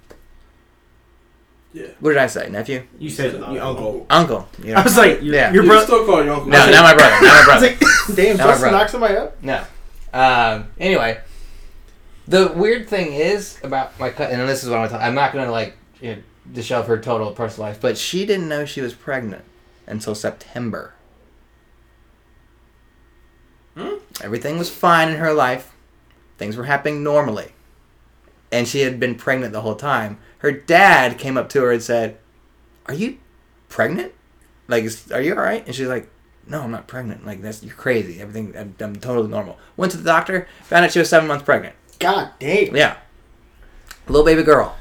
Yeah.
What did I say, nephew?
You said
"Oh,
your uncle.
Uncle. You
I was like, your,
Yeah.
your
You
brother.
still call your uncle.
no, not my brother. Not my brother.
[laughs] Damn,
Now my
Justin
brother.
knocked somebody up.
No. Um, anyway, the weird thing is about my cousin, and this is what I'm talking. I'm not gonna like you know, dishelve her total personal life, but she didn't know she was pregnant until September.
Hmm?
Everything was fine in her life. Things were happening normally, and she had been pregnant the whole time. Her dad came up to her and said, "Are you pregnant? Like, is, are you all right?" And she's like, no, I'm not pregnant. Like that's you're crazy. Everything I'm, I'm totally normal. Went to the doctor, found out she was seven months pregnant.
God damn.
Yeah, little baby girl.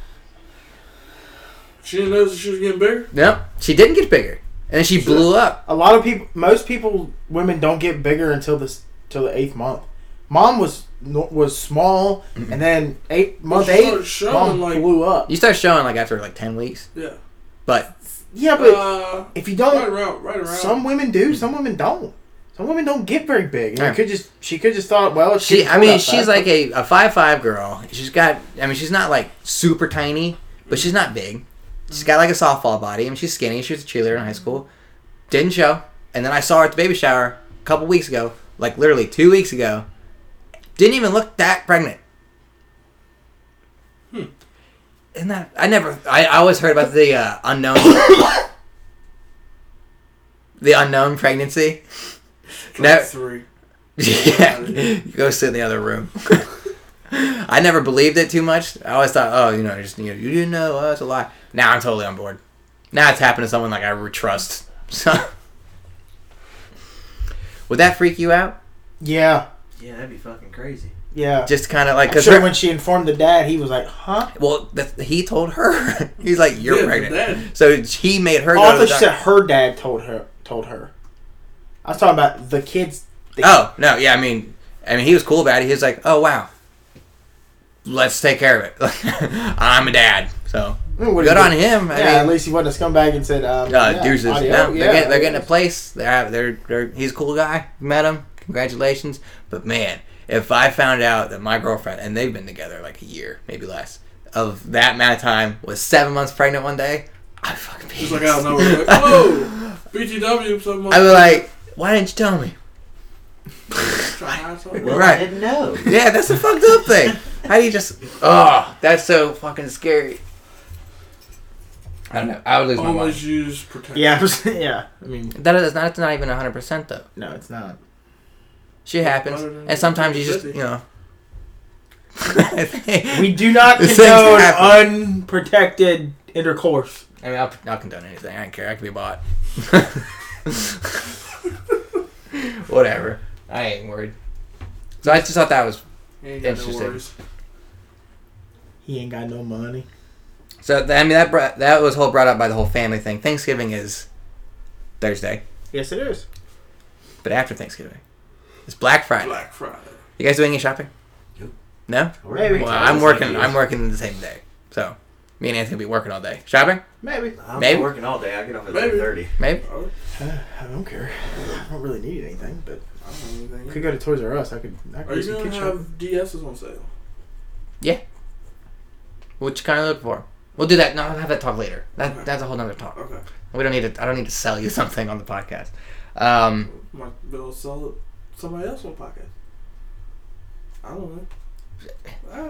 She didn't know that she was getting bigger.
Yep, she didn't get bigger, and then she blew up.
A lot of people, most people, women don't get bigger until this, till the eighth month. Mom was no- was small, and then eight month
she started
eight,
showing,
mom
like-
blew up.
You start showing like after like ten weeks,
Yeah.
but
Yeah, but
Uh,
if you
right
don't,
around. Right around.
some women do, some women don't. Some women don't get very big. And
Yeah.
you could just, she could just thought, well, it's
she.
getting
I
cold
mean,
outside.
she's like a a five five girl. She's got. I mean, she's not like super tiny, but she's not big. She's got like a softball body. I mean, she's skinny. She was a cheerleader in high school. Didn't show. And then I saw her at the baby shower a couple weeks ago, like literally two weeks ago. Didn't even look that pregnant. Isn't that I never I, I always heard about the uh, unknown [coughs] the unknown pregnancy.
Try
no.
Three.
[laughs] Yeah, go sit in the other room. [laughs] I never believed it too much. I always thought, oh, you know, just you, know, you didn't know, oh, it's a lie. Now I'm totally on board. Now it's happened to someone like I re- trust. [laughs] So, would that freak you out?
yeah,
Yeah, that'd be fucking crazy.
yeah.
Just kind of like,
I'm
cause
sure
her-
when she informed the dad, he was like, huh?
well, that's, he told her [laughs] he's like, you're
Yeah,
pregnant.
that-
So he made her. go
Oh, I
to
thought
the
she
doctor.
said her dad told her, told her. I was talking about the kids. thing.
Oh no, yeah, I mean, I mean, he was cool about it. He was like, oh wow, let's take care of it. [laughs] I'm a dad, so
I mean, what do
good
you
on
do?
him. I
yeah,
mean,
at least he wasn't a scumbag and said, um,
Uh,
yeah,
deuces.
audio,
no,
yeah,
they're, getting, they're getting a
audio.
place. They're, they're, they're, he's a cool guy. Met him. Congratulations. But man, if I found out that my girlfriend, and they've been together like a year, maybe less, of that amount of time, was seven months pregnant one day, I'd fucking be
Just like out of nowhere, like,
[laughs]
oh, BTW, something.
I'd be like, why didn't you tell me?
Try to hide something.
Well,
Right.
I didn't know.
Yeah, that's a fucked up thing. How do you just.
[laughs]
Oh, that's so fucking scary. I don't know. I would lose my mind.
Always use protection.
Yeah, it was- [laughs] yeah. I mean,
That is not, it's not even 100% though.
no, it's not.
Shit happens, and sometimes you just you know. [laughs] I
We do
[laughs]
not
These things
condone
happen.
unprotected intercourse.
mean, I'll, I'll condone anything. I don't care. I can be bought. [laughs] Whatever. I ain't worried. So I just thought that was
You ain't got no
Interesting.
worries.
He ain't got no money.
So th- I mean that brought, that was whole brought up by the whole family thing. Thanksgiving is Thursday,
Yes, it is.
but after Thanksgiving, it's Black Friday.
Black Friday.
You guys doing any shopping?
Nope.
No.
Maybe.
Well, I'm working. I'm working the same day. So me and Anthony will be working all day. Shopping?
Maybe.
I'm
Maybe.
working all day. I get off at
Maybe.
30.
Maybe.
Oh,
Uh, [sighs] I don't care. I don't really need anything, but
I don't know
I
anything.
could go to Toys R Us. I could. I
Are
could do
you
some
gonna
kid
have
shop.
DS's on sale?
What you kind of look for? We'll do that. No, I'll have that talk later.
Okay.
That, that's a whole nother talk.
Okay.
We don't need to. I don't need to sell you [laughs] something on the podcast. Um,
Might be able to sell it to somebody else on podcast. I don't know.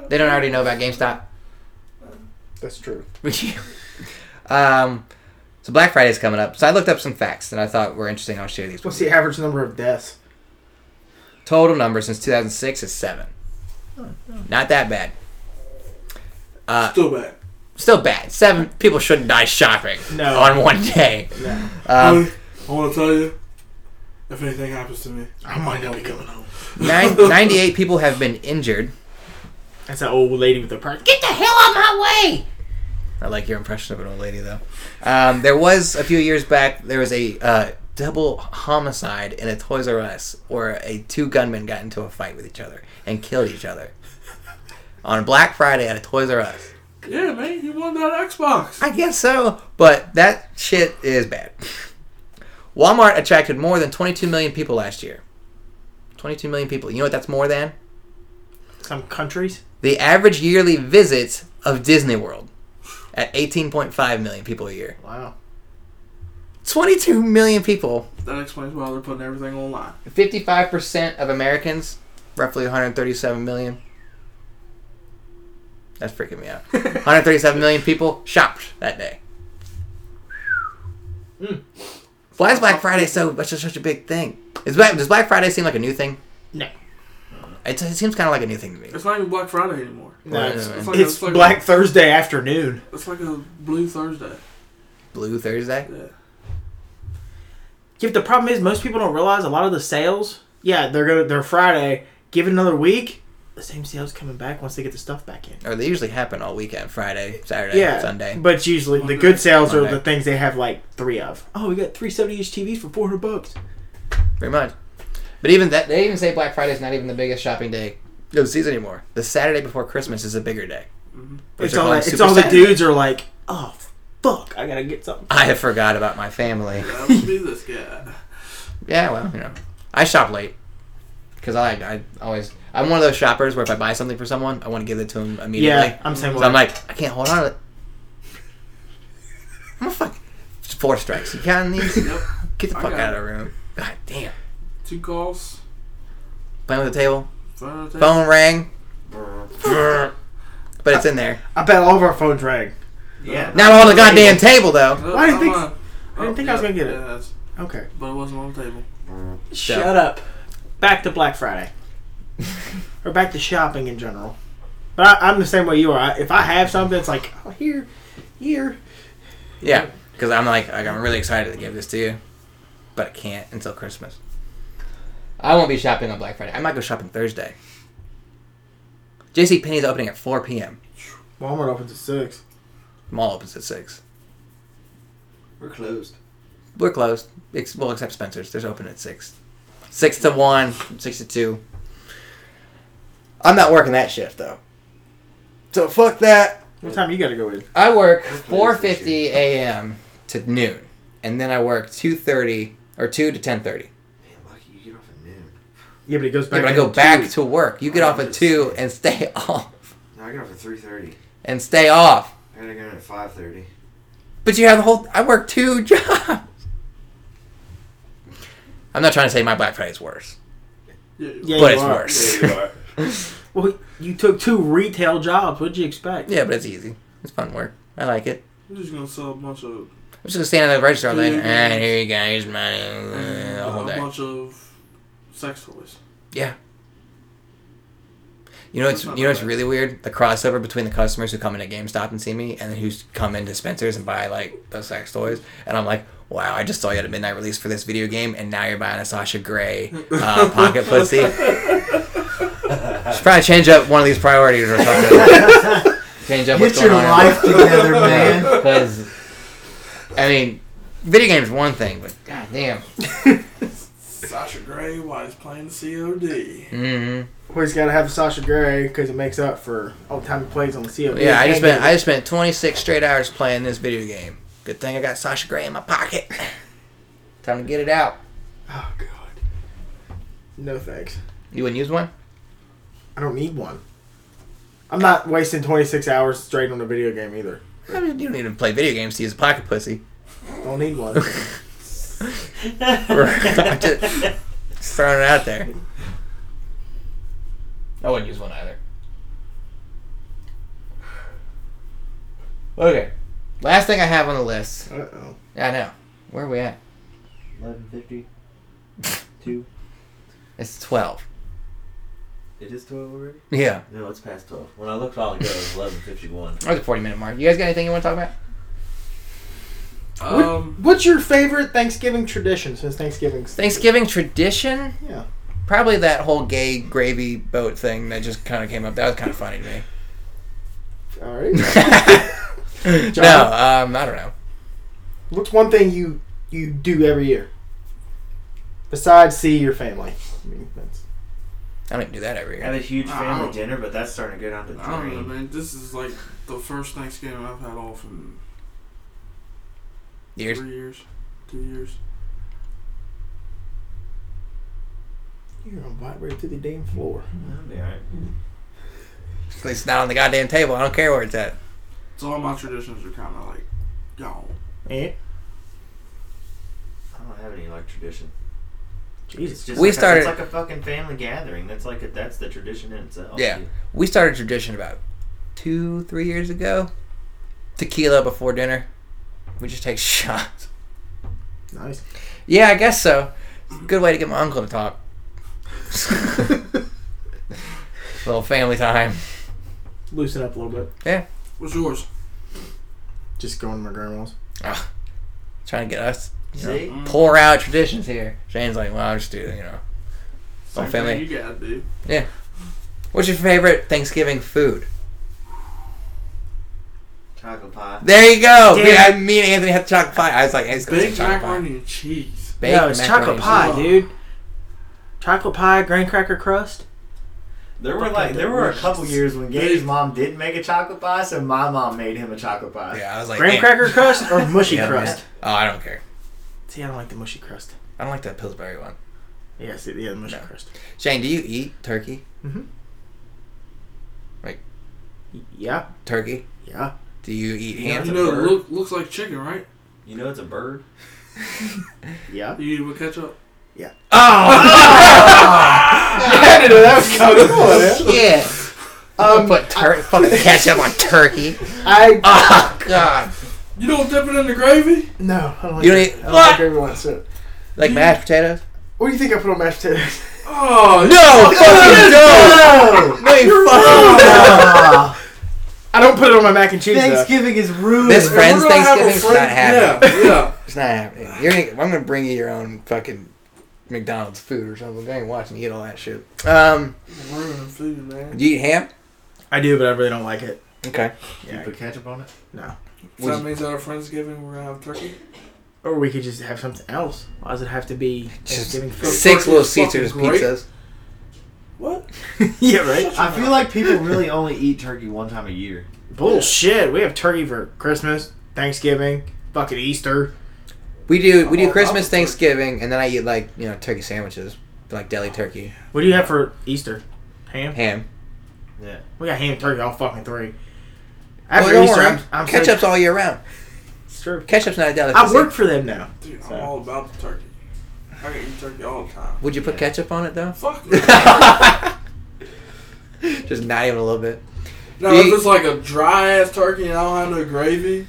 I-
they don't already know about GameStop. [laughs]
That's true.
um, so Black Friday's coming up. So I looked up some facts that I thought were interesting. I'll share these.
What's
With
the
you.
average number of deaths?
Total number since 2006 is seven. Not that bad. Uh,
Still bad.
still bad. Seven people shouldn't die shopping
No.
on one day.
No.
Um,
[laughs]
Honey, I want to tell you, if anything happens to me, I might not be coming home.
nine, 98 people have been injured.
That's that old lady with the perk.
Get the hell out of my way! I like your impression of an old lady, though. Um, there was a few years back. There was a uh, double homicide in a Toys R Us, where a two gunmen got into a fight with each other and killed each other on Black Friday at a Toys R Us.
Yeah, man, you won that Xbox.
I guess so, but that shit is bad. Walmart attracted more than 22 million people last year. 22 million people. You know what that's more than?
Some countries.
the average yearly visits of Disney World at 18.5 million people a year.
Wow.
22 million people,
That explains why they're putting everything online.
55% of Americans, roughly 137 million. That's freaking me out. 137 million people shopped that day.
Mm.
Why is Black Friday so much such a big thing? Is Black, does Black Friday seem like a new thing?
No.
It, it seems kind of like a new thing to me.
It's not even Black Friday anymore.
No,
Right,
it's,
right,
right.
it's
It's like-
Black Thursday afternoon.
It's like a Blue Thursday.
Blue Thursday.
Yeah.
Yeah, but the problem is most people don't realize a lot of the sales. Yeah, they're gonna they're Friday. Give it another week. The same sales coming back once they get the stuff back in.
Or they usually happen all weekend Friday, Saturday,
yeah,
Sunday.
But usually
Monday.
the good sales are
Monday.
the things they have like three of. Oh, we got three seventy inch TVs for four hundred bucks.
Pretty much. But even that, they even say Black Friday is not even the biggest shopping day of the season anymore. The Saturday before Christmas is a bigger day.
Mhm.
Which
It's
they're
all
calling
that, it's
Super
all the
Saturday.
dudes are like, oh fuck, I gotta get something.
I have forgot about my family.
That would be this guy.
Yeah, well, you know, I shop late because I I always I'm one of those shoppers where if I buy something for someone, I want to give it to them immediately.
Yeah, I'm saying.
So I'm like, I can't hold on to it. I'm a fuck. It's Four strikes. You counting these?
Yep.
Get the
I
fuck
got
out of the room. God damn.
Two calls.
Playing with the table.
Phone. uh, attack.
Phone
[laughs]
rang. but it's in there.
I bet all of our phones rang.
Yeah.
Not on the goddamn table though.
No,
Why do you
I'm
think-
on.
I didn't think I was
yeah,
gonna get it.
yeah, that's-
Okay.
But it wasn't on the table.
Shut up. Back to
[laughs]
Black Friday. or back to shopping in general. But I, I'm the same way you are. I, if I have something, it's like, oh, here, here.
Yeah, because I'm like, like I'm really excited to give this to you, but I can't until Christmas. I won't be shopping on Black Friday. I might go shopping Thursday. JC Penney's opening at 4 p.m.
Walmart opens at 6.
Mall opens at six.
We're closed.
We're closed. Ex- well, except Spencer's. They're open at six. Six to one. Six to two. I'm not working that shift though. So fuck that.
What time you got to go in?
I work
That's
4:50
lazy
a.m. to noon, and then I work 2:30 or 2 to 10:30.
Man, lucky you get off at noon.
Yeah, but it goes back
Yeah, but I
in
go
two.
back to work. You get off at
Yes.
two and stay [laughs] off
No, I get off at 3.30.
and stay off.
I gotta go in at 5.30.
But you have the whole. I work two [laughs] jobs. I'm not trying to say my Black Friday's worse,
Yeah.
Yeah,
but
you
it's
are.
worse. [laughs]
Yeah, you are.
Well, you took two retail jobs. What'd you expect?
yeah, but it's easy. It's fun work. I like it.
We're just gonna sell a bunch of
I'm just gonna stand at the register all day.
Yeah.
Ah, here you go. Here's money. The
a
whole day.
bunch of sex toys.
You know, it's
That's not
you know, it's
bad.
really weird. The crossover between the customers who come into GameStop and see me, and then who come into Spencer's and buy like those sex toys, and I'm like, wow, I just saw you at a midnight release for this video game, and now you're buying a Sasha Grey
[laughs]
uh, pocket
[laughs]
pussy. Should probably change up one of these priorities or something. change up what's
Get
going
your
on. in
life
[laughs]
together,
[laughs]
man.
Because, I mean, video games one thing, but goddamn.
Sasha Gray, why is playing COD?
Mm-hmm.
Well, he's got to have Sasha Gray because it makes up for all the time he plays on the COD.
Yeah, I just spent I just spent 26 straight hours playing this video game. Good thing I got Sasha Grey in my pocket. Time to get it out.
Oh god. No thanks.
You wouldn't use one?
I don't need one. I'm not wasting 26 hours straight on a video game either.
I mean, you don't even play video games to use a pocket pussy. [laughs]
Don't need one.
I'm [laughs] just just throwing it out there. I wouldn't use one either. Okay. Last thing I have on the list.
uh oh.
I know. Where are we at?
1150. 2.
It's 12.
It is 12 already?
Yeah.
No, it's past 12. When I looked all ago, it was 1151.
That was a 40 minute mark. You guys got anything you want to talk about?
Um,
What's your favorite Thanksgiving tradition since Thanksgiving's?
Thanksgiving tradition?
Yeah.
Probably that whole gay gravy boat thing that just kind of came up. That was kind of funny to me.
All right.
[laughs] no, um, I don't know.
What's one thing you you do every year besides see your family? I mean, that's
I don't even do that every
I have
year.
a huge
Ow.
family dinner, but that's starting to go down to
I don't know,
drain.
man. This is like the first Thanksgiving I've had off in
Years.
three years, two years.
you're gonna vibrate to the damn floor.
That'll be alright.
At least not on the goddamn table. I don't care where it's at.
So all my traditions are kind of like gone.
Eh?
I don't have any like tradition. It's
Jesus.
just
We
like a-
started-
it's like a fucking family gathering. That's like a, that's the tradition in itself.
Yeah. We started a tradition about two, three years ago. Tequila before dinner. We just take [laughs] shots.
Nice.
Yeah, I guess so. Good way to get my uncle to talk. Little family time.
Loosen up a little bit.
What's yours?
Just going to my grandma's.
Trying to get us you know,
See?
Mm,
pour out traditions here. Shane's like, well, I'll just do you know.
Same
family.
thing You got, dude.
What's your favorite Thanksgiving food?
Chocolate pie.
There you go.
Damn
Me, I, me and Anthony had chocolate pie. I was like, it's
Big
chocolate pie.
macaroni and cheese.
Baked
no, it's
macaroni
chocolate
and
pie,
cheese.
dude. Chocolate pie, graham cracker crust.
There were like there were a couple years when Gabe's mom didn't make a chocolate pie, so my mom made him a chocolate pie.
cheese. Yeah, I was like,
graham
"Damn."
cracker
[laughs]
crust or mushy
Yeah,
crust?
Oh, I don't care.
See, I don't like the mushy crust.
I don't like that Pillsbury one.
Yeah, see, yeah, the mushy
No.
crust.
Shane, do you eat turkey?
Mm-hmm.
Like-
Yeah,
Turkey?
yeah.
Do you eat
Yeah.
ham?
You
a
know,
bird.
look looks like chicken, right?
You know it's a bird.
Yeah.
You eat it with ketchup.
Oh. [laughs]
[laughs]
I didn't know that was coming. Come on, man. [laughs]
yeah.
Um,
put tur- fucking ketchup on turkey.
I
[laughs] Oh God!
You don't dip it in the gravy.
no. I don't like
You don't
it.
eat-
I don't like
What?
everyone. So,
Like mashed potatoes?
what do you think I put on mashed potatoes? [laughs]
Oh
No, fucking no!
Oh,
No, you fucking
[laughs]
I don't put it on my mac and cheese. though.
Thanksgiving is ruined.
This
If
friend's
we're gonna have a
Thanksgiving's not happening.
Yeah, yeah.
[laughs] It's not happening. You're gonna, I'm gonna bring you your own fucking McDonald's food or something. I ain't watching you eat all that shit. Um,
Ruining food, man.
do you eat ham?
I do, but I really don't like it.
Okay.
You
Yeah.
put ketchup on it.
So that means at our Friendsgiving we're gonna have turkey.
Or we could just have something else. Why does it have to be
Just-
[laughs] Thanksgiving food?
Six
Turkey
little
is
Caesar's
fucking great.
pizzas.
What?
yeah, right.
I feel like people really only eat turkey one time a year.
Bullshit. We have turkey for Christmas, Thanksgiving, fucking Easter.
We do we
Oh,
do
I
Christmas,
love turkey.
Thanksgiving, and then I eat like you know turkey sandwiches, like deli turkey,
What do you have for Easter? Ham.
ham.
Yeah.
We got ham turkey all fucking three.
Well,
After
don't
Easter,
worry,
I'm, I'm so-
ketchup's all year round.
It's true.
Ketchup's not a delicacy.
I work for them now.
Dude, I'm
So.
all about the turkey. I can eat turkey all the time.
Would you put ketchup on it
[laughs]
though?
Fuck. no,
Just not even a little bit. [laughs]
if it's like a dry ass turkey and I don't have no gravy,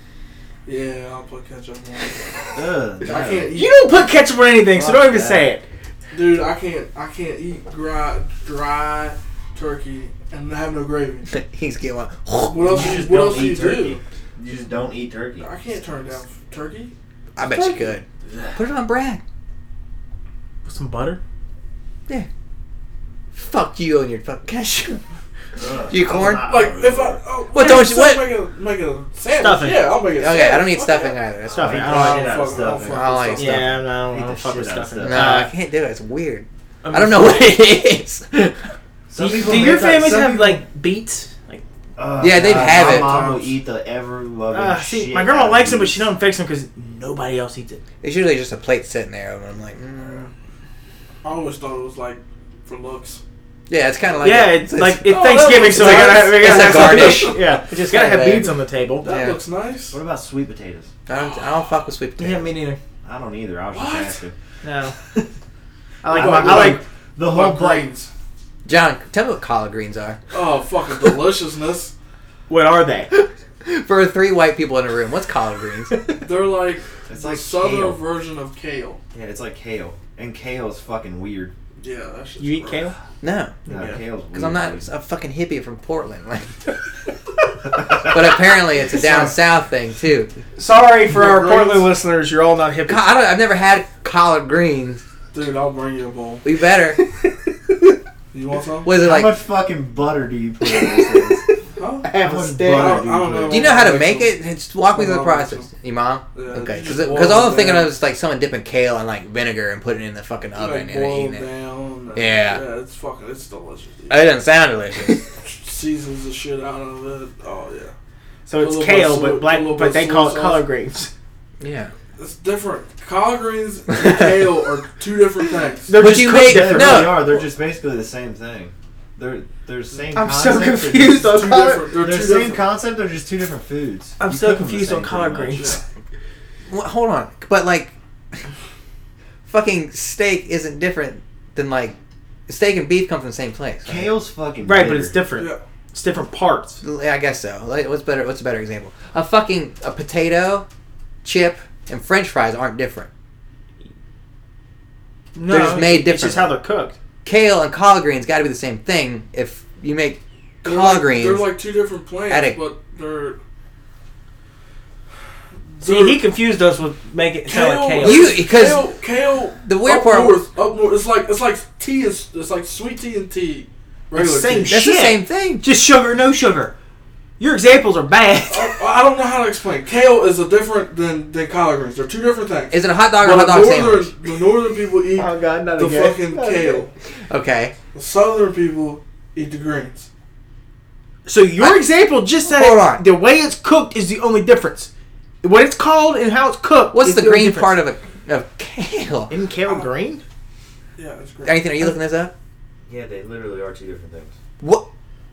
yeah, I'll put ketchup on it.
Ugh.
I can't eat
You don't put ketchup on anything, so
Fuck
don't even
that.
say it.
Dude, I can't I can't eat dry dry turkey and have no gravy.
He's getting one.
What else?
You
You,
just
what
don't
else do
eat
you
turkey.
do?
You just don't eat turkey.
I can't turn down turkey.
I bet you could. Put it on Brad.
Put some butter.
Fuck you and your fucking ketchup. You corn?
Like if I oh,
What
yeah,
don't you-
so
what?
Make a make a sandwich.
Stuffing.
Yeah, I'll make a
Okay, I don't need stuffing either. That's
Stuffing.
fine.
I don't
like it.
fuck-
Stuff it.
I don't like
Stuff
stuffing.
it.
Yeah, no,
Eat
I
the
don't fuck
shit
with Uh,
out of
stuffing.
stuff.
No, I
Uh,
can't do it. It's weird. I don't know what it
[laughs]
is.
Some
do,
people
do your
make, like,
families
some
have
people-
like beets? Like,
Uh,
Yeah, they'd
God,
have
my
it.
mom will eat the ever loving
uh,
shit.
see, my grandma
out of
likes them, but
these.
she don't fix them because nobody else eats it.
It's usually just a plate sitting there, and I'm like, mm.
I always thought it was like for looks.
yeah, it's kind of like
yeah, it's, like it's
Oh,
Thanksgiving, so we
it's-
gotta, we
it's
gotta
a
have some
garnish.
beets. Yeah, we just gotta have
kinda there.
beets on the table.
That
Yeah.
looks nice.
What about sweet potatoes?
I don't, I don't fuck with sweet potatoes.
Yeah, me neither.
I don't either. I was
What?
just asking.
No, I like
I
my, I
like-
like
The whole
What
plate.
greens?
John, tell me what collard greens are. [laughs]
Oh, fucking deliciousness.
what are they?
For three white people in a room, what's collard
[laughs]
greens?
They're like
It's
the
like
southern
kale.
version of kale.
Yeah, it's like kale, and kale is fucking weird.
Yeah, that shit's
You eat
gross.
kale?
No,
No,
Yeah.
kale's weird.
because I'm not
[laughs]
a fucking hippie from Portland. Like, but apparently it's a down south thing too.
Sorry for
The
our
greens.
Portland listeners, you're all not hip.
Co- I don't, I've never had collard greens.
Dude, I'll bring you a bowl.
We
[laughs]
better.
You want some?
Was it
How
like? [laughs]
much fucking butter do you put in these things?
Huh?
[laughs] Have
How
a
much
stick.
butter
I don't
put in
know.
Do you know how to
Like
make
some-
it? Just walk me through the
Well, like
process, your mom.
Yeah,
Okay,
you
because
just
because
boil
all
it
I'm thinking
down.
of is like someone dipping kale and like vinegar and putting it in the fucking
You, like,
oven and
boil
eating
it
it.
down. and-
Yeah.
Yeah, it's fucking, it's delicious. Dude.
It doesn't sound
[laughs]
delicious.
Seasons the shit out of it. Oh yeah,
So
A
it's
little
kale,
bit soy-
but
a
black,
little
but
bit
they
soy
call it
sauce.
collard greens.
yeah.
it's different. Collard greens and kale
[laughs]
are two different things.
They're
But
just
you
cooked
make-
[laughs] Yeah, they
different.
no.
really are. They're just basically the same thing. They're they're same.
I'm so
concept, they're
confused
just-
on-
two
Collard-
different. They're
They're
two
same
different.
concept. They're just two different foods.
I'm
You
so
cook 'em the
confused
same
on collard
pretty much.
greens.
Wha- hold on, but like, fucking steak isn't different than like steak and beef come from the same place. right?
Kale's fucking
Right, but
bitter.
it's different.
Yeah.
It's different parts.
Yeah, I guess so. Like, what's better? What's a better example? A fucking a potato, chip, and French fries aren't different.
No,
They're just made
It's just
differently.
how they're cooked.
Kale and collard greens got to be the same thing. If you make
They're
collard
like, They're
greens,
like two different plants,
Attic.
but they're.
See, he confused us with make it sound like kale.
You- because
kale, kale
the weird
up
part-
north, up north, it's like it's like tea is it's like sweet tea and tea. Regular
same
tea.
shit.
that's the same thing.
just sugar, no sugar. Your examples are bad. [laughs]
I, I don't know how to explain. Kale is a different than than collard greens. They're two different things.
Is it a hot dog or
But
a hot dog
the northern,
sandwich?
the northern people eat
Oh, God, not
the fucking kale.
Okay.
The southern people eat the greens.
So your example just said
Hold
it-
on.
the way it's cooked is the only difference. What it's called and how it's cooked.
What's
is
the
only
green
difference.
part of a of kale?
Isn't kale green?
Yeah, it's great.
Anything? Are you looking this up?
Yeah, they literally are two different things.
What?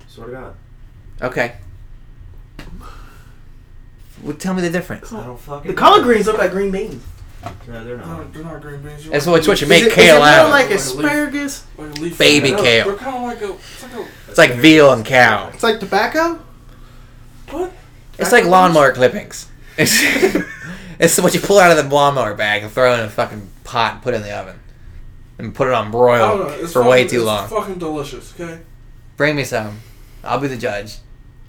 Swear to God,
Okay. Well, tell me the difference.
I don't fucking.
The collard greens look like green beans.
No, they're
They're
not.
not- they're not green beans. You're
That's
right.
what- it's what you make
is it,
kale
is it
out
more
of.
like
Like a leaf.
asparagus?
Like a leaf
Baby
they're-
kale.
They're kind of like a. It's like a
It's like veal and cow.
It's like tobacco.
what?
It's like lawnmower clippings. It's, [laughs] it's what you pull out of the lawnmower bag and throw in a fucking pot and put in the oven. And put it on
Oh,
I don't know.
broil
It's
for way
fucking-
too
it's
long.
Fucking delicious. Okay.
Bring me some. I'll be the judge.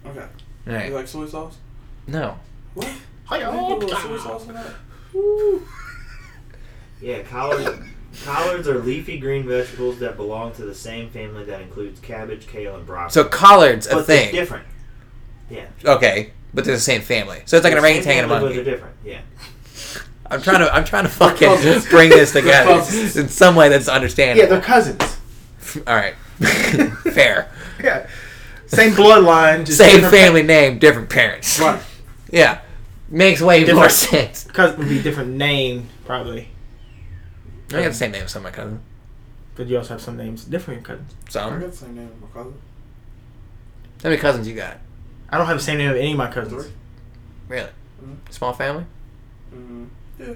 Okay. You
Alright.
like soy sauce?
No.
What?
Oh,
You put a little soy
Hi-yah.
sauce in that?
Yeah, collard. collards are leafy green vegetables that belong to the same family that includes cabbage, kale, and broccoli.
So collards a
but they're
thing.
different. Yeah,
Okay. But they're the same family. So it's like an
They're the
orangutan
same
and a
family, But
monkey.
they're different. Yeah.
I'm trying to I'm trying to fucking
cousins.
[laughs] bring this
[laughs]
They're
together
cousins.
in some way that's
Yeah,
understandable.
they're cousins. [laughs]
Alright. Fair.
Yeah, same bloodline. Just
Same
different
family name, different parents.
Right.
Yeah. Makes way more [laughs]
Different.
sense.
pa- cousin would be different name probably,
I got the same name as some of my cousins.
but you also have some names different than cousins.
Some.
I got the same name as my cousin.
How many cousins you got?
I don't have the same name of any of my cousins.
Three.
Really?
Mm-hmm.
Mhm.
Small family?
Mm, yeah.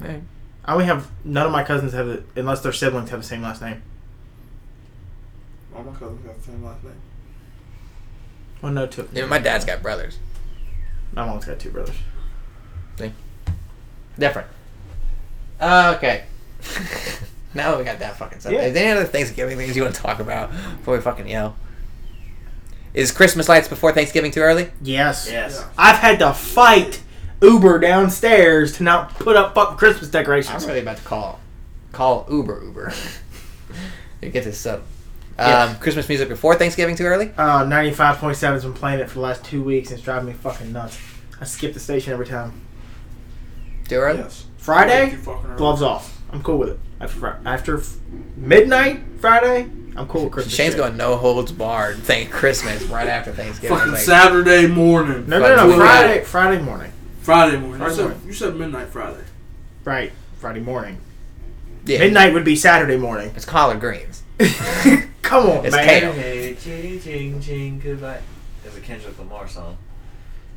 Right.
I only have none of my cousins have the, unless their siblings have the same last name.
All my cousins got the same last name.
Well, no, two. of them.
Yeah, my dad's got brothers.
My mom's got two brothers.
Different. Uh, okay. [laughs] now that we got that fucking stuff.
Yeah.
Is there any other Thanksgiving things you want to talk about before we fucking yell? Is Christmas lights before Thanksgiving too early?
Yes.
Yes.
I've had to fight Uber downstairs to not put up fucking Christmas
[laughs]
decorations.
really about to call. Call Uber Uber. you get this sub. Um,
Yes.
Christmas music before Thanksgiving too early.
Oh, 95.7 has been playing it for the last two weeks and it's driving me fucking nuts. I skip the station every time.
Too early.
Yes.
Friday,
You fucking are.
gloves off. I'm cool with it. After, fri- after f- midnight Friday, I'm cool with Christmas.
Shane's
shit.
going no holds barred. [laughs] Thank Christmas right after Thanksgiving.
Fucking
Like,
Saturday morning.
No, no, no.
Fucking
Friday, Friday morning.
Friday morning. You
Friday
said,
morning.
you said midnight Friday.
Right. Friday morning.
yeah,
Midnight would be Saturday morning.
It's collard greens.
[laughs] Come on,
It's
man.
kale.
Hey, ching, ching, ching, goodbye. That's a Kendrick Lamar song.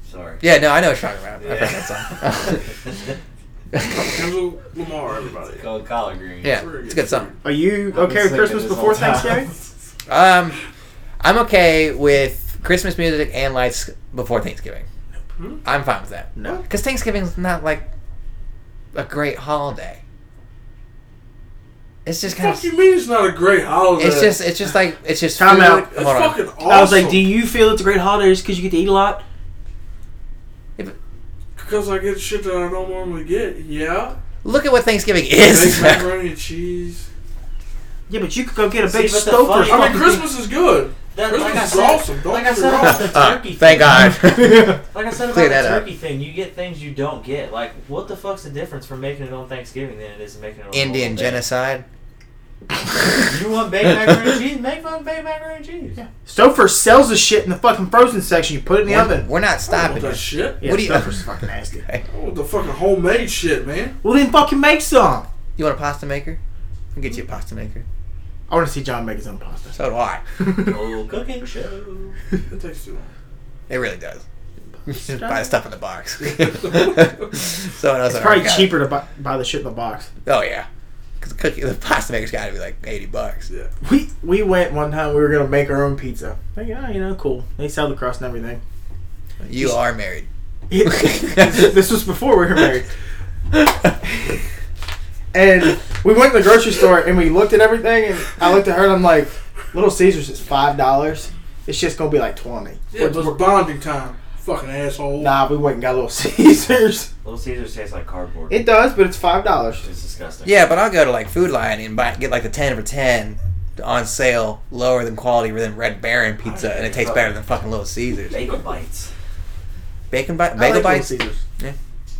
Sorry.
Yeah, no, I know what you're talking about. I've heard that song.
[laughs] it's
[laughs] Kendall Lamar, everybody.
called collard
[laughs]
greens.
yeah,
We're
it's a good song.
Are you okay with
singing
Christmas
this
before
whole time.
Thanksgiving?
Um, I'm okay with Christmas music and lights before Thanksgiving.
Hmm?
I'm fine with that
No.
because Thanksgiving's not like a great holiday. It's just kind
Fuck
of.
you mean it's not a great holiday?
It's just. It's just like. It's just.
Time
food.
out.
It's
Hold on.
fucking awesome.
I was like, do you feel it's a great holiday just because you get to eat a lot?
Because I get shit that I don't normally get. Yeah.
Look at what Thanksgiving is. [laughs]
Baked macaroni and cheese.
Yeah, but you could go get a
See,
baked
but the
stoker.
funny-
I mean, Christmas is good.
That,
Christmas
like I
is
said,
awesome. Don't
like I
get me
said
wrong.
about the
Uh,
turkey.
thank
thing.
[laughs]
God.
Like I said
Clear
about the
that up.
turkey thing, you get things you don't get. Like, what the fuck's the difference from making it on Thanksgiving than it is making it on
Indian
Memorial Day?
genocide.
You
[laughs]
want baked macaroni and cheese? Make fucking baked macaroni and cheese.
Yeah. Stouffer sells the shit in the fucking frozen section. You put it in the
We're,
oven.
we're not
I don't
stopping
want that
this.
shit.
Yeah,
What do you-
Stouffer's fucking [laughs] nasty.
I want the fucking homemade
[laughs]
shit, man.
Well, then fucking make some.
You want a pasta maker? I'll get you a pasta maker.
I want to see John make his own [laughs] pasta.
So do I.
Oh, cooking show.
It takes too long.
It really does. You Just [laughs] buy the stuff in the
[laughs]
box. Someone else
It's
already
probably
got it.
cheaper to buy, buy the shit in the box.
Oh yeah, because the cookie, the pasta maker's got to be like eighty bucks.
Yeah.
We we went one time. We were gonna make our own pizza. Like, ah, you know, cool. They sell the crust and [laughs] everything.
You are married.
this, [laughs] this was before we were married. And we went to the grocery store and we looked at everything. And I looked at her and I'm like, Little Caesars is five dollars. It's just gonna be like twenty.
Yeah, but it's bonding time. Fucking asshole.
Nah, we went and got Little [laughs] Caesars.
Little Caesars tastes like cardboard.
It does, but it's five dollars.
It's disgusting.
yeah, but I'll go to like Food Lion and buy, get like the ten for ten on sale, lower than quality than Red Baron pizza, and it tastes better than fucking Little Caesars.
Bagel bites.
Bacon bite, bagel bites. [laughs]
Little Caesars.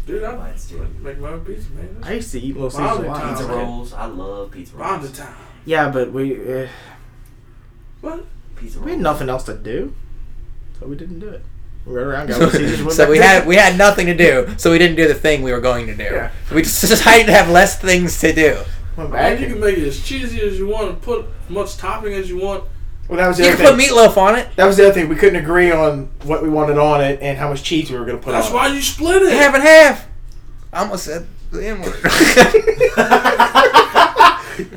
Dude, I
Bites, dude.
make my own pizza, man.
I
That's
used to eat Little Caesars a lot.
Bonding
Pizza
Okay.
rolls. I love pizza
bonding
rolls.
time.
Yeah, but we uh,
What?
Pizza rolls.
we had nothing else to do, so we didn't do it. We ran around, got
[laughs]
Little Caesars. went
so
back
we
to-
had we had nothing to do, so we didn't do the thing we were going to do.
Yeah.
We just [laughs] decided to have less things to do.
went back.
And you can make it as cheesy as you want and put as much topping as you want.
Well, that was the
You
other
can put
thing.
meatloaf on it.
that was the other thing. We couldn't agree on what we wanted on it and how much cheese we were going to put
That's
on.
why you split it.
Half and half. I almost said the N
[laughs]
word.
it. [laughs]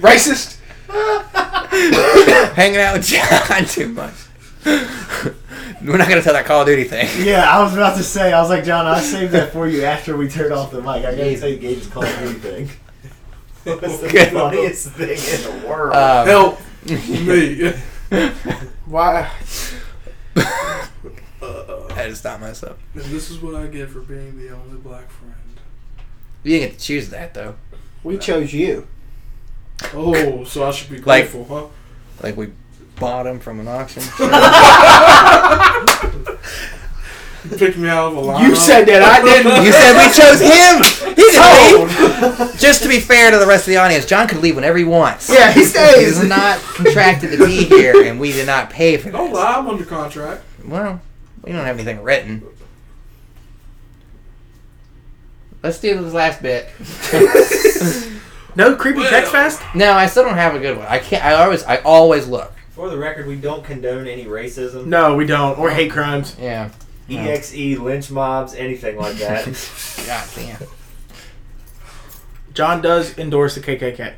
Racist.
Hanging out with John too much. We're not gonna tell that Call of Duty thing.
Yeah, I was about to say. I was like, John, I saved that for you after we turned off the mic. I gotta
Jesus.
tell you, Gabe's called anything.
[laughs]
[laughs]
That's the
Good.
funniest thing in the world.
Um, [laughs]
Help me. [laughs]
Why?
I had to stop myself.
Uh, And this is what I get for being the only black friend.
You didn't get to choose that though.
We chose you.
Oh, so I should be
Like-
grateful, huh?
Like we bought him from an
[laughs]
auction.
You picked me out of a line.
You said that I didn't.
[laughs]
you said we chose him. He
Oh.
can leave. Just to be fair to the rest of the audience, John could leave whenever he wants.
Yeah, he stays.
He's not contracted to be here, and we did not pay for
Oh,
Don't
this.
lie, I'm under contract.
Well, we don't have anything written. Let's do this last bit.
No creepy text
Well.
fest.
No, I still don't have a good one. I can't. I always. I always look.
For the record, we don't condone any racism,
No, we don't. Or hate crimes.
Yeah.
exe, lynch mobs, anything like that.
God damn.
John does endorse the KKK.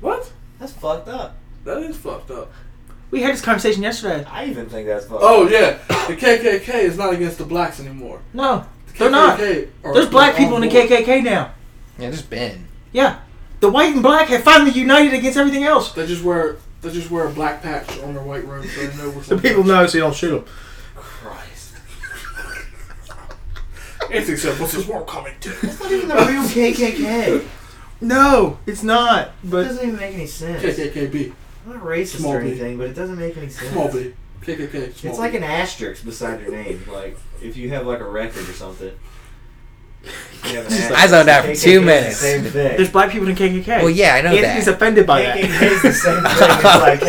What?
that's fucked up.
That is fucked up.
We had this conversation yesterday.
I even think that's fucked.
Oh
up.
yeah, the KKK is not against the blacks anymore.
No,
The
They're not.
KKK are-
there's black
are
people in the
on board.
KKK now.
Yeah, just Ben.
Yeah, the white and black have finally united against everything else.
They just wear they just wear a black patch on their white robe so they know what's
The people know, so you don't shoot them.
Christ.
It's except what's this world coming to?
Not even the real KKK.
No, it's not.
It
But
doesn't even make any sense.
KKKB.
I'm not racist
Small
or
B.
anything, but it doesn't make any sense.
Small B. KKK. Small
It's
B.
like an asterisk beside your name, like if you have like a record or something. You have an asterisk.
I zoned out for
KKK is
two
the
minutes.
Same thing.
There's black people in KKK.
Well, yeah, I know
Anthony's
that.
offended by
KKK
that.
is the same thing. It's like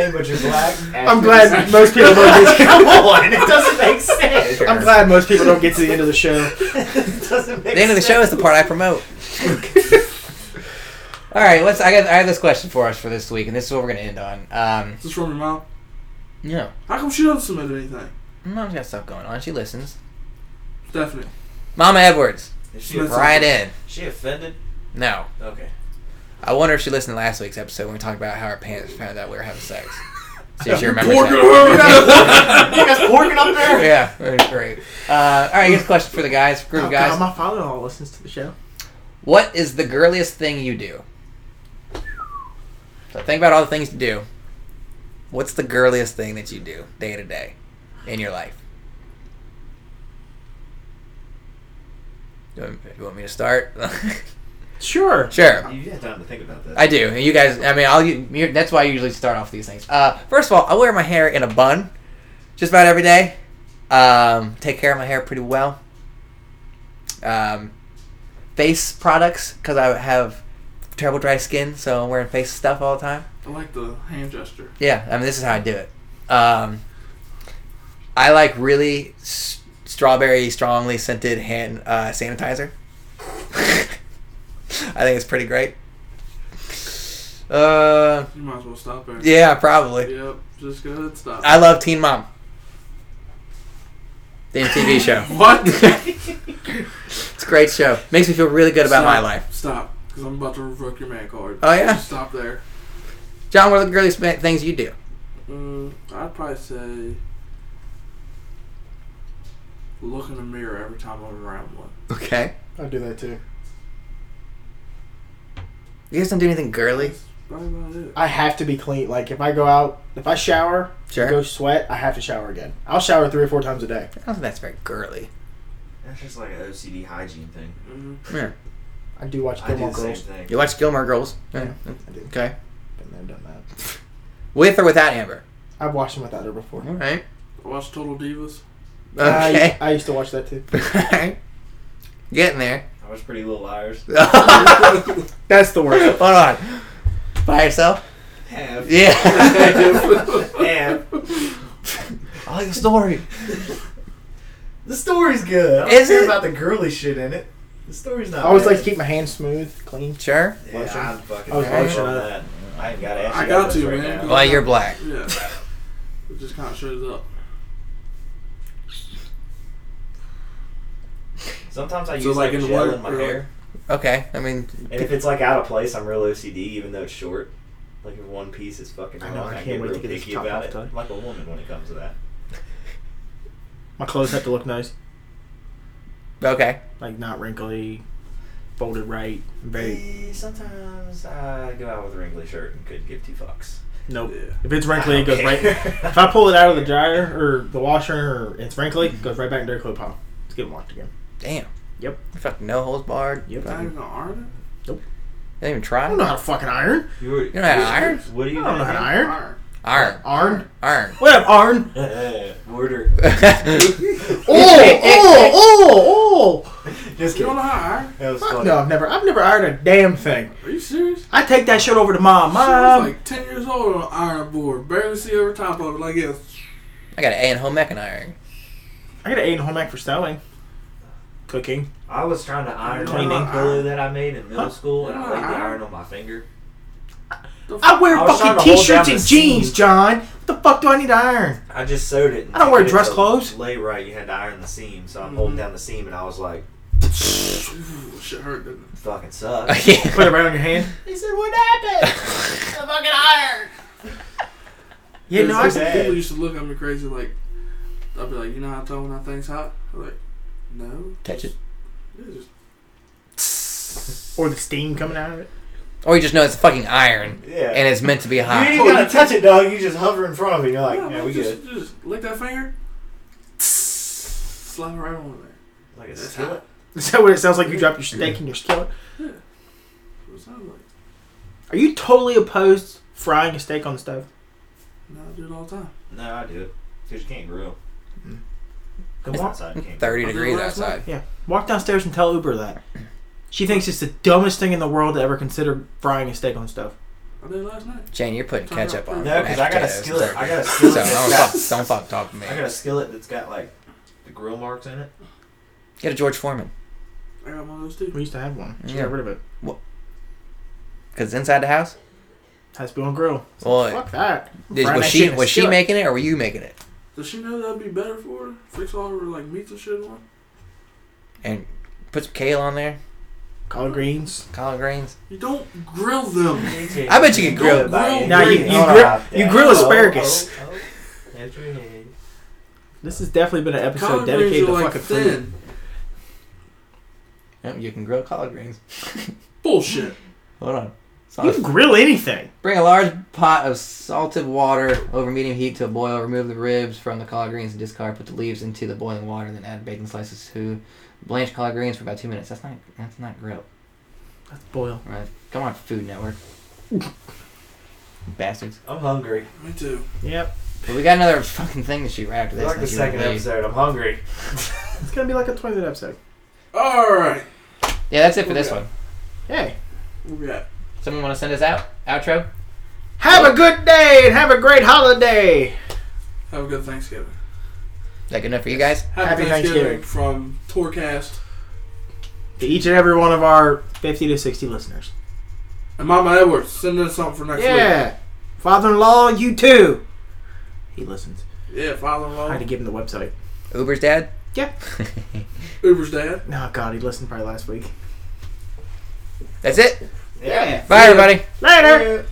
KKK, but you're black.
I'm
asterisk.
glad most people don't
[laughs]
get.
[laughs] Come on, it doesn't make sense.
I'm glad most people don't get to the end of the show.
it doesn't make
The end of the show is the part I promote. All right, let's. I got. I have this question for us for this week, and this is what we're gonna end on. Um,
Is this from your mom?
yeah,
How come she doesn't submit anything?
mom's got stuff going on. She listens.
Stephanie.
Mama Edwards,
Is she,
That's
right in.
she offended?
No,
Okay.
I wonder if she listened to last week's episode when we talked about how our parents found out we were having sex. See if she remembers.
Pork
that.
You guys porking up
[laughs]
there?
yeah, that was great. Uh, all right, here's a question for the guys, group
Oh,
of guys.
God, my father-in-law listens to the show.
What is the girliest thing you do? So think about all the things to do. What's the girliest thing that you do day to day in your life? You want, you want me to start? [laughs]
Sure.
sure.
You had time to think about that.
I do. And you guys, I mean, I'll. you that's why I usually start off these things. Uh, first of all, I wear my hair in a bun, just about every day. Um, take care of my hair pretty well. Um, face products because I have terrible dry skin, so I'm wearing face stuff all the time.
I like the hand gesture.
Yeah, I mean, this is how I do it. Um, I like really s- strawberry, strongly scented hand uh, sanitizer. [laughs] I think it's pretty great. Uh,
You might as well stop there.
yeah, probably.
Yep. Just go ahead and stop.
I love Teen Mom. The MTV show.
what?
[laughs]
It's a great show. Makes me feel really good about
Stop.
my life.
Stop. Because I'm about to revoke your man card.
Oh, yeah?
Just stop there.
John, what are the girliest ma- things you do?
Mm, I'd probably say look in the mirror every time I'm around one.
Okay.
I do that too.
You guys don't do anything girly?
That's probably about it.
I have to be clean. Like if I go out, if I shower,
Sure.
go sweat, I have to shower again. I'll shower three or four times a day.
I don't think that's very girly.
That's just like an OCD hygiene thing.
Mm,
Yeah.
I do watch
I do
Gilmore
the same
Girls.
thing.
You watch Gilmore Girls?
Yeah, I do.
Okay.
Been there, done that.
With or without Amber?
I've watched them without her before.
All right.
I watch Total Divas.
Okay.
I, I used to watch that too. Uh,
[laughs] Getting there.
I was pretty little liars.
Hold
[laughs] That's the worst.
on. By yourself?
Have.
Yeah.
[laughs] Have.
I like the story.
The story's good. I don't
Is
care
it?
about the girly shit in it. The story's
I
not.
always
bad.
like to keep my hands smooth, clean.
Sure.
Yeah,
lotion.
I'm fucking.
I was
terrible
lotion.
at that. I ain't got to ask
I
you
got
guys
to,
right
man.
now.
Well, you're black.
[laughs] Yeah. It just kind of shows up.
Sometimes I
So,
use
like,
like,
in
gel
work,
in my
really?
hair,
Okay. I mean,
and if it's like out of place, I'm real OCD, even though it's short. Like if one piece is fucking
I
wrong,
know, I
I,
can't
get
wait
real
to get this
picky
top
about
off
it.
done.
I'm like a woman when it comes to that.
My clothes have to look nice,
okay.
like not wrinkly, folded right, very
Eh, Sometimes I go out with a wrinkly shirt and could give two fucks.
nope.
Yeah.
If it's wrinkly,
I
it goes
don't
right.
care.
If I pull it out of the dryer or the washer, or it's wrinkly, it goes right back in their clothes pile. It's getting washed again.
Damn.
Yep.
Fucking no holes barred.
Yep.
Not
Fucking,
even an iron.
didn't even
I
try.
don't know how to fucking iron.
You were, you
know how to iron?
What do
I
you
don't know how to
[laughs] gonna
iron.
Iron.
Iron.
Iron.
Iron. [laughs]
What up,
[laughs]
iron?
Eh, do? Order.
Oh, oh, oh,
Just
You don't know
kidding.
how to iron?
That was
oh. Fuck
funny.
no, I've never, I've never ironed a damn thing.
Are you serious?
I take that shit over to mom.
She was
Mom.
like 10 years old on an iron board. Barely see over top of it. Like, yeah.
I got an A in home ec and iron. [laughs]
I got an A in home ec for styling, cooking.
I was trying to iron
Cleaning.
on a pillow that I made in middle
Huh?
school, and I laid the
Iron.
iron on my finger.
The
I wear
I was trying
fucking
to hold down
t-shirts
the
and jeans,
seam.
John. What the fuck do I need to iron?
I just sewed it. and
I don't wear
to get it
dress
to
clothes.
Lay right, you had to iron the seam, so I'm
Mhm.
holding down the seam, and I was like,
[sighs] Ooh, shit hurt, didn't it?
"Fucking [laughs] sucks."
Put it right on your hand.
he said, "What happened?" the fucking iron.
Yeah, no, I
It's
said-
like People used to look at me crazy, like, I'd be like, you know how I tell when that thing's hot? I'm like, no.
Touch it.
Yeah, just-
[laughs] Or the steam coming out of it. [laughs]
Or you just know it's fucking iron
Yeah.
and it's meant to be
you ain't
hot.
even gotta touch it, dog. You just hover in front of it. You're like,
no,
"Yeah,
man,
we
just,
good."
just lick that finger. [sniffs] Slap it right on there.
Like a
That's
skillet.
Is that what it sounds like? You drop your steak in your skillet.
That's what it sounds like.
Are you totally opposed frying a steak on the stove.
No, I do it all the time.
No, I do. Because you can't grill.
Mm.
It's outside. You can't grill.
30
I'll do it
degrees
last night.
outside.
Walk downstairs and tell Uber that. She thinks it's the dumbest thing in the world to ever consider frying a steak on the stove.
I did it last night.
Jane, you're putting ketchup on.
No, because I got a
mashed potatoes.
skillet. I got a
So
skillet.
don't
that's
fuck,
got,
don't fuck talk to me.
I got a skillet that's got like the grill marks in it.
Get a George Foreman.
I got one of those too.
We used to have one. She
Yeah.
got rid of it.
Because inside the house?
Has to be on grill.
Well,
Fuck that.
did,
Fry
was
that
she
shit in a
was she
skillet.
making it or were you making it?
Does she know that'd be better for her? Fix all her like meats and shit on.
And put some kale on there,
Collard greens.
collard greens.
You don't grill them.
I bet you can grill it.
Now you- you grill- you grill asparagus.
Oh, oh, oh. Enter your hand.
This has definitely been an episode
Collard
dedicated
greens
to
are like
fucking food.
thin.
Yep, you can grill collard greens.
Bullshit.
Hold on.
You can grill anything.
Bring a large pot of salted water over medium heat to a boil. Remove the ribs from the collard greens and discard. Put the leaves into the boiling water. Then add bacon slices to blanch collard greens for about two minutes. That's not that's not grilled.
That's boil.
All right, come on, Food Network. [laughs] Bastards.
I'm hungry.
Me too.
Yep.
But we got another fucking thing to shoot right after
It's
this.
like the
unless you wanna leave.
second episode. I'm hungry.
It's gonna be like a 20 minute episode.
All right.
Yeah, that's it for this
Okay.
one.
Hey.
What we got?
Someone want to send us out? Outro?
Have a good day and have a great holiday.
Have a good Thanksgiving.
Is that good enough for you guys?
Happy,
Happy
Thanksgiving,
Thanksgiving.
from Torcast
To each and every one of our 50 to 60 listeners.
and Mama Edwards. Send us something for next
yeah. Father in law, you too. He listens.
week. Yeah. Father-in-law.
I had to give him the website.
Uber's dad?
Yeah.
Uber's dad.
Oh, God, he listened probably last week.
[laughs] That's it.
Yeah.
Bye, everybody.
Later.
Yeah.